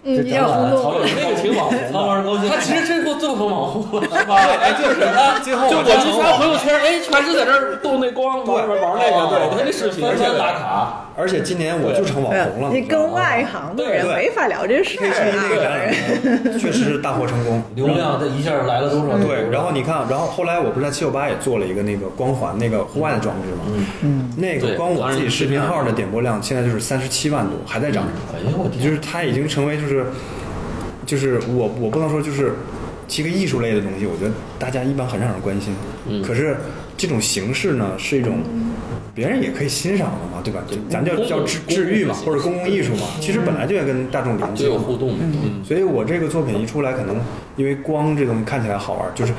C: 嗯，比较
D: 啊
C: 轰动。
A: 曹老师
B: 那个挺网红
A: 曹老师高兴
B: 的，他其实真给我做成 网红了，是吧？哎，就是他，
D: 最后
B: 就
D: 我
B: 我
D: 真
B: 之前朋友圈，哎，全是在这儿动那光，玩玩那个，哦对，他那视频，
A: 而且打
B: 打卡。
A: 卡，
D: 而且今年我就成网红了，
E: 你
D: 知道
E: 嗯跟
D: 吗
E: 外行的人
D: 对
E: 没法聊这事
D: 可以去
E: 儿
D: 那个展
E: 啊。
D: 览， 确实是大获成功，
A: 流量这一下来了多少？
D: 对，然后你看，然后后来我不是在七九八也做了一个那个光环那个户外的装置嘛，
E: 嗯，
D: 那个
B: 对
D: 光我
B: 当然
D: 自己视频号的点播量现在就是三十七万多，还在涨。
A: 哎呦我
D: 就
A: 天，
D: 是它已经成为就是就是我我不能说就是一个艺术类的东西，我觉得大家一般很少人关心。
B: 嗯
D: 可是这种形式呢，是一种别人也可以欣赏的嘛，对吧？就咱叫
B: 公共
D: 叫治治愈嘛，
B: 公
D: 或
B: 共
D: 者公共艺术嘛，其实本来就应该跟大众连
B: 就
D: 接
B: 有
D: 嘛。
B: 互动，嗯，
D: 所以我这个作品一出来，可能因为光这东西看起来好玩，就是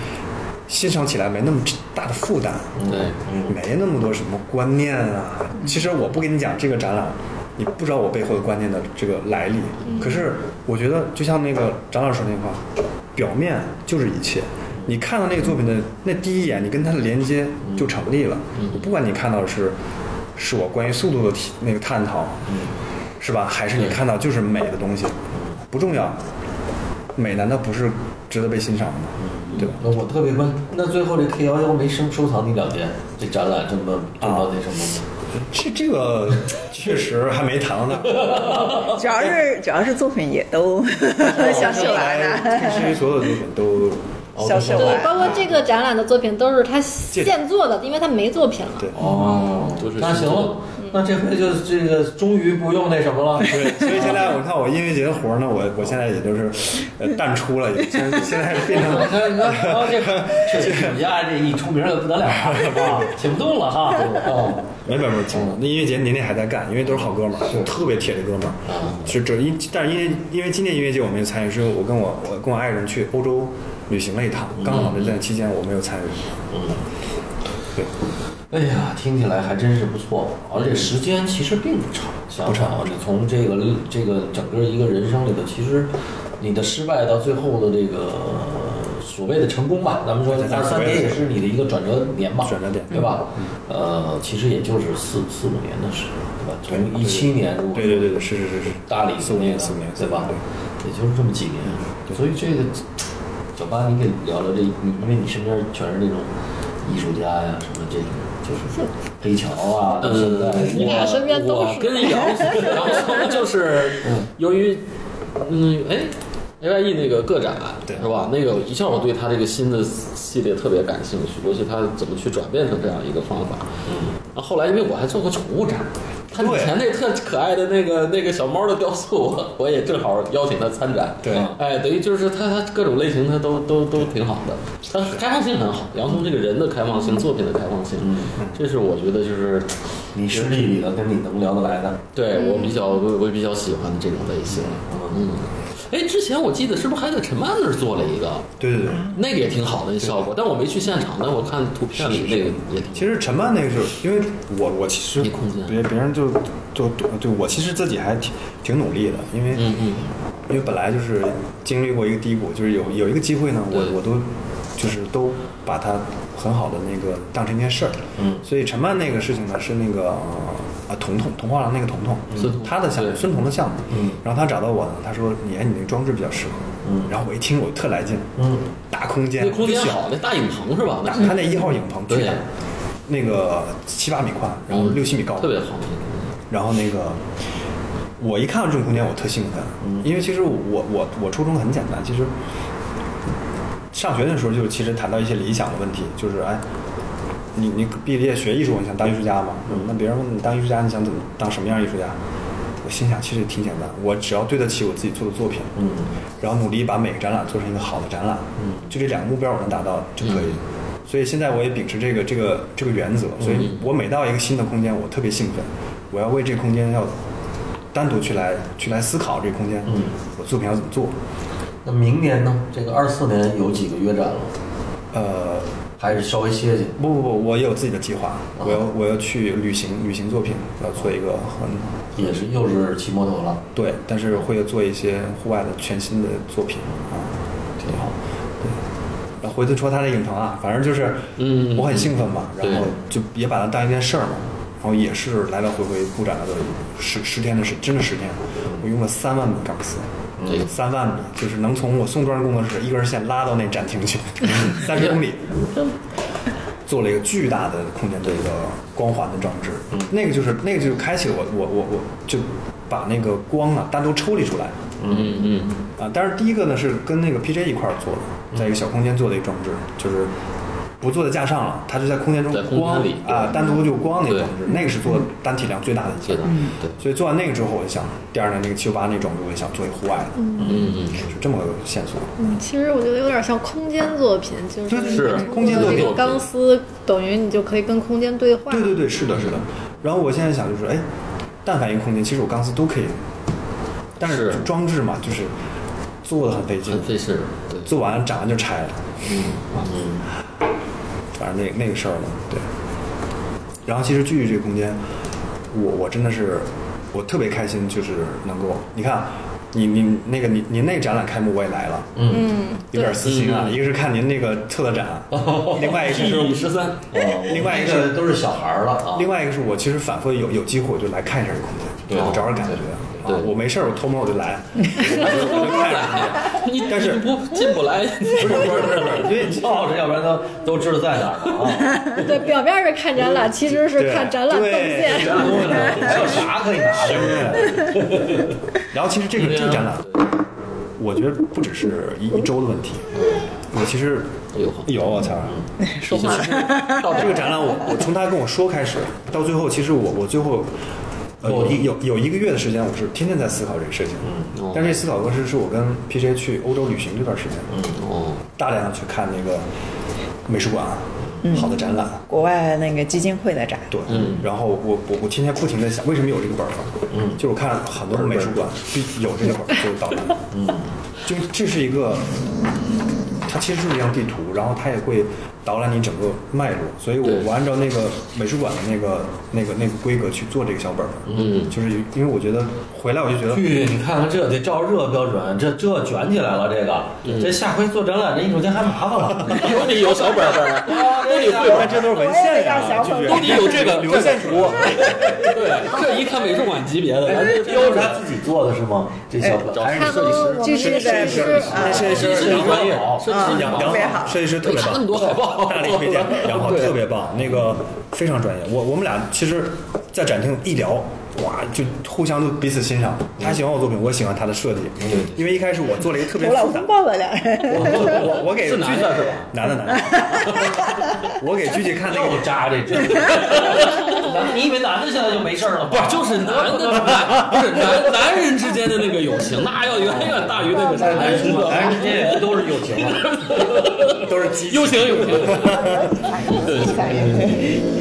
D: 欣赏起来没那么大的负担，
B: 嗯对，
D: 没那么多什么观念啊。其实我不跟你讲这个展览，你不知道我背后的观念的这个来历。可是我觉得，就像那个张老师那块，表面就是一切。你看到那个作品的那第一眼，你跟它的连接就成立了。不管你看到的是是我关于速度的提那个探讨，是吧？还是你看到就是美的东西，不重要。美难道不是值得被欣赏的吗？对吧？
A: 那我特别关。那最后这 K 幺幺没收收藏你两件，这展览这么这
B: 啊
A: 么那什么吗？
D: 这这个确实还没谈到呢。
E: 主要是主要是作品也都
D: 哦
E: 销售完了，
D: 必须所有的作品都
E: 销售
C: 对，包括
E: 完。
C: 这个展览的作品都是他现做的，因为他没作品了
D: 对。
A: 哦
B: 都是
A: 那行了，那这回就这个终于不用那什么了。
D: 对，所以现在我看我音乐节的活儿呢，我我现在也就是呃淡出了，也现在现在变成
A: 你看，你看，然后这这你家这一出名可不得了啊，请不动了哈。哦，
D: 没本没清了。那音乐节年年还在干，因为都是好哥们儿，特别铁的哥们儿。
B: 嗯
D: 就这因，但是因为因为今年音乐节我没有参与，是因为我跟我我跟我爱人去欧洲旅行了一趟，
B: 嗯
D: 刚好在那期间我没有参与。对，
A: 哎呀，听起来还真是不错，而且时间其实并不长。想想啊，你从这个这个整个一个人生里头，其实你的失败到最后的这个所谓的成功吧，咱们说
D: 对
A: 那三年也是你的一个转折年吧，
D: 转折点
A: 对吧？呃，其实也就是四四五年的时间，对吧？从
D: 对
A: 一七年如果
D: 对对对对，是是是是，
A: 大理
D: 四五
A: 那
D: 年
A: 个
D: 四五年
A: 对嗯吧
D: 对？
A: 也就是这么几年，所以这个小八，你给聊聊这，你因为你身边全是这种艺术家呀，什么这种，就是黑桥啊，
B: 呃
A: 现在
C: 你俩身边都
B: 我
C: 是
B: 跟姚 姚松就是由于嗯哎 A Y E 那个个展
D: 对
B: 是吧？那个一下我对他这个新的系列特别感兴趣，尤其他怎么去转变成这样一个方法。嗯，后来因为我还做过宠物展。他以
D: 对
B: 前那特可爱的那个那个小猫的雕塑，我我也正好邀请他参展。
D: 对
B: 哎，等于就是他他各种类型他都都都挺好的，他开放性很好。杨松这个人的开放
C: 嗯
B: 性，作品的开放性，
D: 嗯
B: 这是我觉得就是
A: 你势力里头跟你能聊得来的，
B: 对我比较我我比较喜欢这种类型。嗯，哎，之前我记得是不是还在陈曼那儿做了一个，
D: 对对对。
B: 那个也挺好的效果，但我没去现场，但我看图片里那个也挺。
D: 其实陈曼那个时候，因为我我其实
B: 没空间
D: 别别人就就对我其实自己还挺挺努力的，因为、
B: 嗯嗯，
D: 因为本来就是经历过一个低谷，就是有有一个机会呢，我
B: 对
D: 我都就是都把它很好的那个当成一件事儿。嗯，所以陈曼那个事情呢是那个呃啊彤彤童话廊那个彤彤，
B: 孙彤
D: 他的项目
B: 对
D: 孙彤的项目，嗯，然后他找到我呢，他说你哎你那个装置比较适合，嗯，然后我一听我特来劲，嗯，大空间
B: 那空间
D: 不小
B: 好，那大影棚是吧？那
D: 打
B: 是
D: 他那一号影棚巨
B: 对嗯
D: 大，那个七八米宽，然后六七米高，
B: 特别好。
D: 然后那个我一看到这种空间，我特兴奋，因为其实我我我初衷很简单，其实上学的时候就其实谈到一些理想的问题，就是哎。你你毕业学艺术，你想当艺术家吗？那别人问你当艺术家，你想怎么当什么样艺术家？我心想，其实也挺简单，我只要对得起我自己做的作品，
A: 嗯，
D: 然后努力把每个展览做成一个好的展览，嗯，就这两个目标我能达到就可以。所以现在我也秉持这个这个这个原则，所以我每到一个新的空间，我特别兴奋，我要为这个空间要单独去来去来思考这个空间，
A: 嗯
D: 我作品要怎么做。
A: 那明年呢？这个二四年有几个约展了？
D: 呃，
A: 还是稍微歇歇？
D: 不不不，我也有自己的计划，我要我要去旅行，旅行作品要做一个很
A: 也是又是骑摩托了。
D: 对，但是会做一些户外的全新的作品啊，挺好。对，然后回头说他那影城啊，反正就是，
B: 嗯嗯
D: 我很兴奋嘛，
B: 对
D: 然后就也把它当一件事儿嘛，然后也是来来回回布展了都有十十天的时，真的十天，我用了三万笔钢丝。
B: 嗯
D: 三万笔，就是能从我宋庄工作室一根线拉到那展厅去，三十公里，做了一个巨大的空间的一个光环的装置，那个就是那个就是开启了我我我我就把那个光啊单独抽离出来
B: 嗯嗯，
D: 啊。但是第一个呢是跟那个 PJ 一块儿做的，在一个小空间做的一个装置，就是不做在架上了，它是在空间中
B: 在空
D: 光
B: 间里
D: 啊单独就光那个
B: 对嗯
D: 装置，那个是做单体量最大的一
B: 对
D: 件
B: 的。，对，
D: 所以做完那个之后，我就想第二年那个七九八那装置，我也想做一户外的，
B: 嗯嗯。
D: 是这么个线索。
C: 嗯，其实我觉得有点像空间作品，就是
D: 对对
B: 是
C: 你通过
D: 空间作
B: 品
C: 这个钢丝，等于你就可以跟空间对话。
D: 对对对，是的，是的。然后我现在想就是，哎，但凡一个空间，其实我钢丝都可以，但是
B: 是
D: 装置嘛，就是做的很费劲
B: 很，费事，对，
D: 做完展完就拆了，
B: 嗯，
D: 反正那那个事儿嘛，对。然后其实聚聚这个空间，我我真的是我特别开心，就是能够你看。你你那个你您那个展览开幕我也来了，
C: 嗯，
D: 有
C: 对，
D: 点私心啊。
B: 嗯
D: 一个是看您那个策展，另外一个是
B: 一十三，
A: 哦
D: 另外一个
A: 都是小孩儿了啊。
D: 另外一个是我其实反复有有机会我就来看一下这个空间，
A: 对
D: 我找找感
B: 对
D: 觉。啊我没事儿我偷摸我就来，我就看着
B: 你
D: 但是
B: 你不进不来，
A: 不是不是不是， 因为赵老师，要不然他都知道在哪儿了 啊。
C: 对，表面是看展览，其实是
D: 对
C: 看展览
D: 对
C: 动线。
A: 展览会 呢，还有啥可以拿的？
D: 你。 然后其实这个这个展览，我觉得不只是一一周的问题，我其实
B: 有
D: 有我操。
B: 说话
D: 到这个展览，我我从他跟我说开始，到最后，其实我我最后，呃，有一有有一个月的时间，我是天天在思考这个事情。
B: 哦
D: 但是思考过是是我跟 PJ 去欧洲旅行这段时间，
B: 哦，
D: 大量的去看那个美术馆，啊好的展览，
E: 国外那个基金会的展，
D: 对，然后我我我天天不停的想，为什么有这个本儿？嗯，就是我看很多美术馆必有这个本儿，就是导览，嗯，就这是一个，它其实就是一张地图，然后它也会导览你整个脉络，所以我
B: 对
D: 我按照那个美术馆的那个那个那个规格去做这个小本儿，
B: 嗯
D: 就是因为我觉得回来我就觉得
A: 去，你看看这得照这标准，这这卷起来了，这个这下回做展览，这艺术家还麻烦 了。
B: 兜里有小本本，兜里会有，
D: 这都是文献呀、
E: 我也得要小本
D: 拒绝
E: 儿
B: 兜里有这个
D: 流线图，
B: 对，这一看美术馆级别的，
D: 哎
B: 咱
A: 这
B: 这
A: 标
B: 标
A: 是
B: 准
A: 他自己做的是吗？这小本
B: 哎找
A: 还是
C: 他
A: 设计师？
C: 们这是
E: 设
C: 设
E: 计
C: 计
E: 师
C: 师
E: 啊
D: 设计
B: 设计师
D: 师
B: 特别好，设计师
D: 杨
B: 良
D: 杨
E: 特别
D: 好，
E: 好
D: 设计师特别棒，
B: 那么多海报，
D: 大力推荐，杨浩特别棒，那个非常专业。我我们俩其实，在展厅一聊，哇，就互相都彼此欣赏。他喜欢我作品，我喜欢他的设计。
E: 嗯
D: 因为一开始我做了一个特别
E: 头脑
D: 复杂
E: 风，暴了两人。
D: 我我我给
B: 是
D: 鞠
B: 男的是吧？
D: 男的男的，我给鞠姐看那
A: 又
D: 个，
A: 扎这针，你以为男的现在就没事儿了吗？
B: 不就是男的，不是男男人之间的那个友情，那要远远大于那个啥
A: 男人男哎人之间也都是友情 了。
D: 都是机
B: 友情友情。
E: 哎对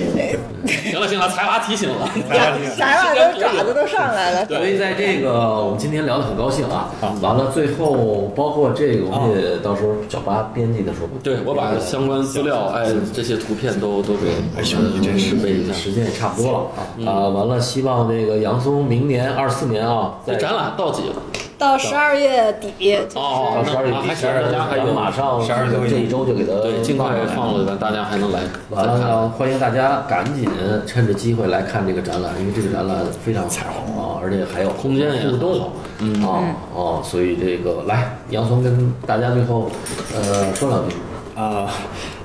B: 行了行了，才华提醒了，
E: 啥 玩意儿，爪子都上来了。
A: 所以在这个我们今天聊得很高兴啊，完了最后包括这个我们也到时候找吧编辑的时候，
B: 啊对，我把相关资料，哎，这些图片都都给
D: 哎呦你真是
B: 备一下。
A: 时间也差不多了
B: 嗯
A: 啊，完了希望这个杨松明年二四年啊，在
B: 这展览到几了？
C: 到十二月底，就是
B: 哦
A: 到十二月底，
B: 还
A: 十二月
B: 大家还有
A: 马上
D: 12月都已经
A: 这一周就给它
B: 对，尽快
A: 了。
B: 哎放了，大家还能来
A: 完
B: 再看。
A: 了，欢迎大家赶紧趁着机会来看这个展览，因为这个展览非常彩虹啊，而且还有
B: 空间也
A: 互动
B: 好
A: 嗯啊啊，所以这个来杨松跟大家最后呃说两句。
D: 啊，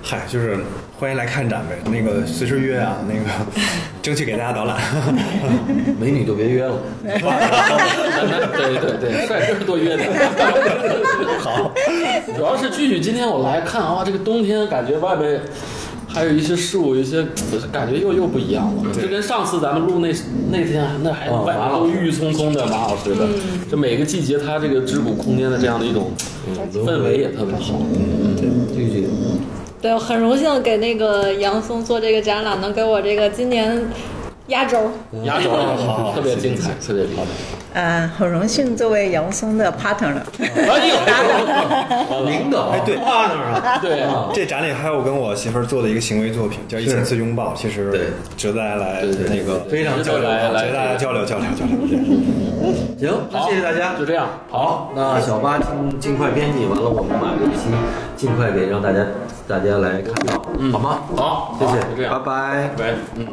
D: 嗨，就是欢迎来看展呗，那个随时约啊，那个争取给大家导览。
A: 美女就别约了，
B: 对对对，帅哥多约点。好，主要是聚聚今天我来看啊，这个冬天感觉外边。还有一些事物，有一些感觉又又不一样了。这跟上次咱们录那那天那还
A: 哦
B: 外面都郁郁葱葱的，马老师的，这每个季节它这个织谷空间的这样的一种氛围也特别好。
A: 句句
C: 对，很荣幸给那个杨松做这个展览，能给我这个今年压轴。
B: 压轴
D: 好好好
B: 特别精彩，特别精彩。
E: 嗯，很荣幸作为杨松的 partner，
B: 哎呦，
A: 领导，哎
D: 对
A: 趴那儿啊，
B: 对啊，
D: 这展里还有跟我媳妇儿做的一个行为作品，叫《一千次拥抱》，其
A: 对
D: 实值得大家来
B: 对对对
D: 那个
A: 非常交流
B: 来来
D: 值得大家交流交流交流。对
A: 行，那
B: 好
A: 谢谢大家，
B: 就这样。
A: 好，那小八尽尽快编辑完了，我们把这期尽快给让大家大家来看到，好吗？
B: 好，
A: 谢谢
B: 好就这，样，
A: 拜拜。
B: 拜拜，嗯。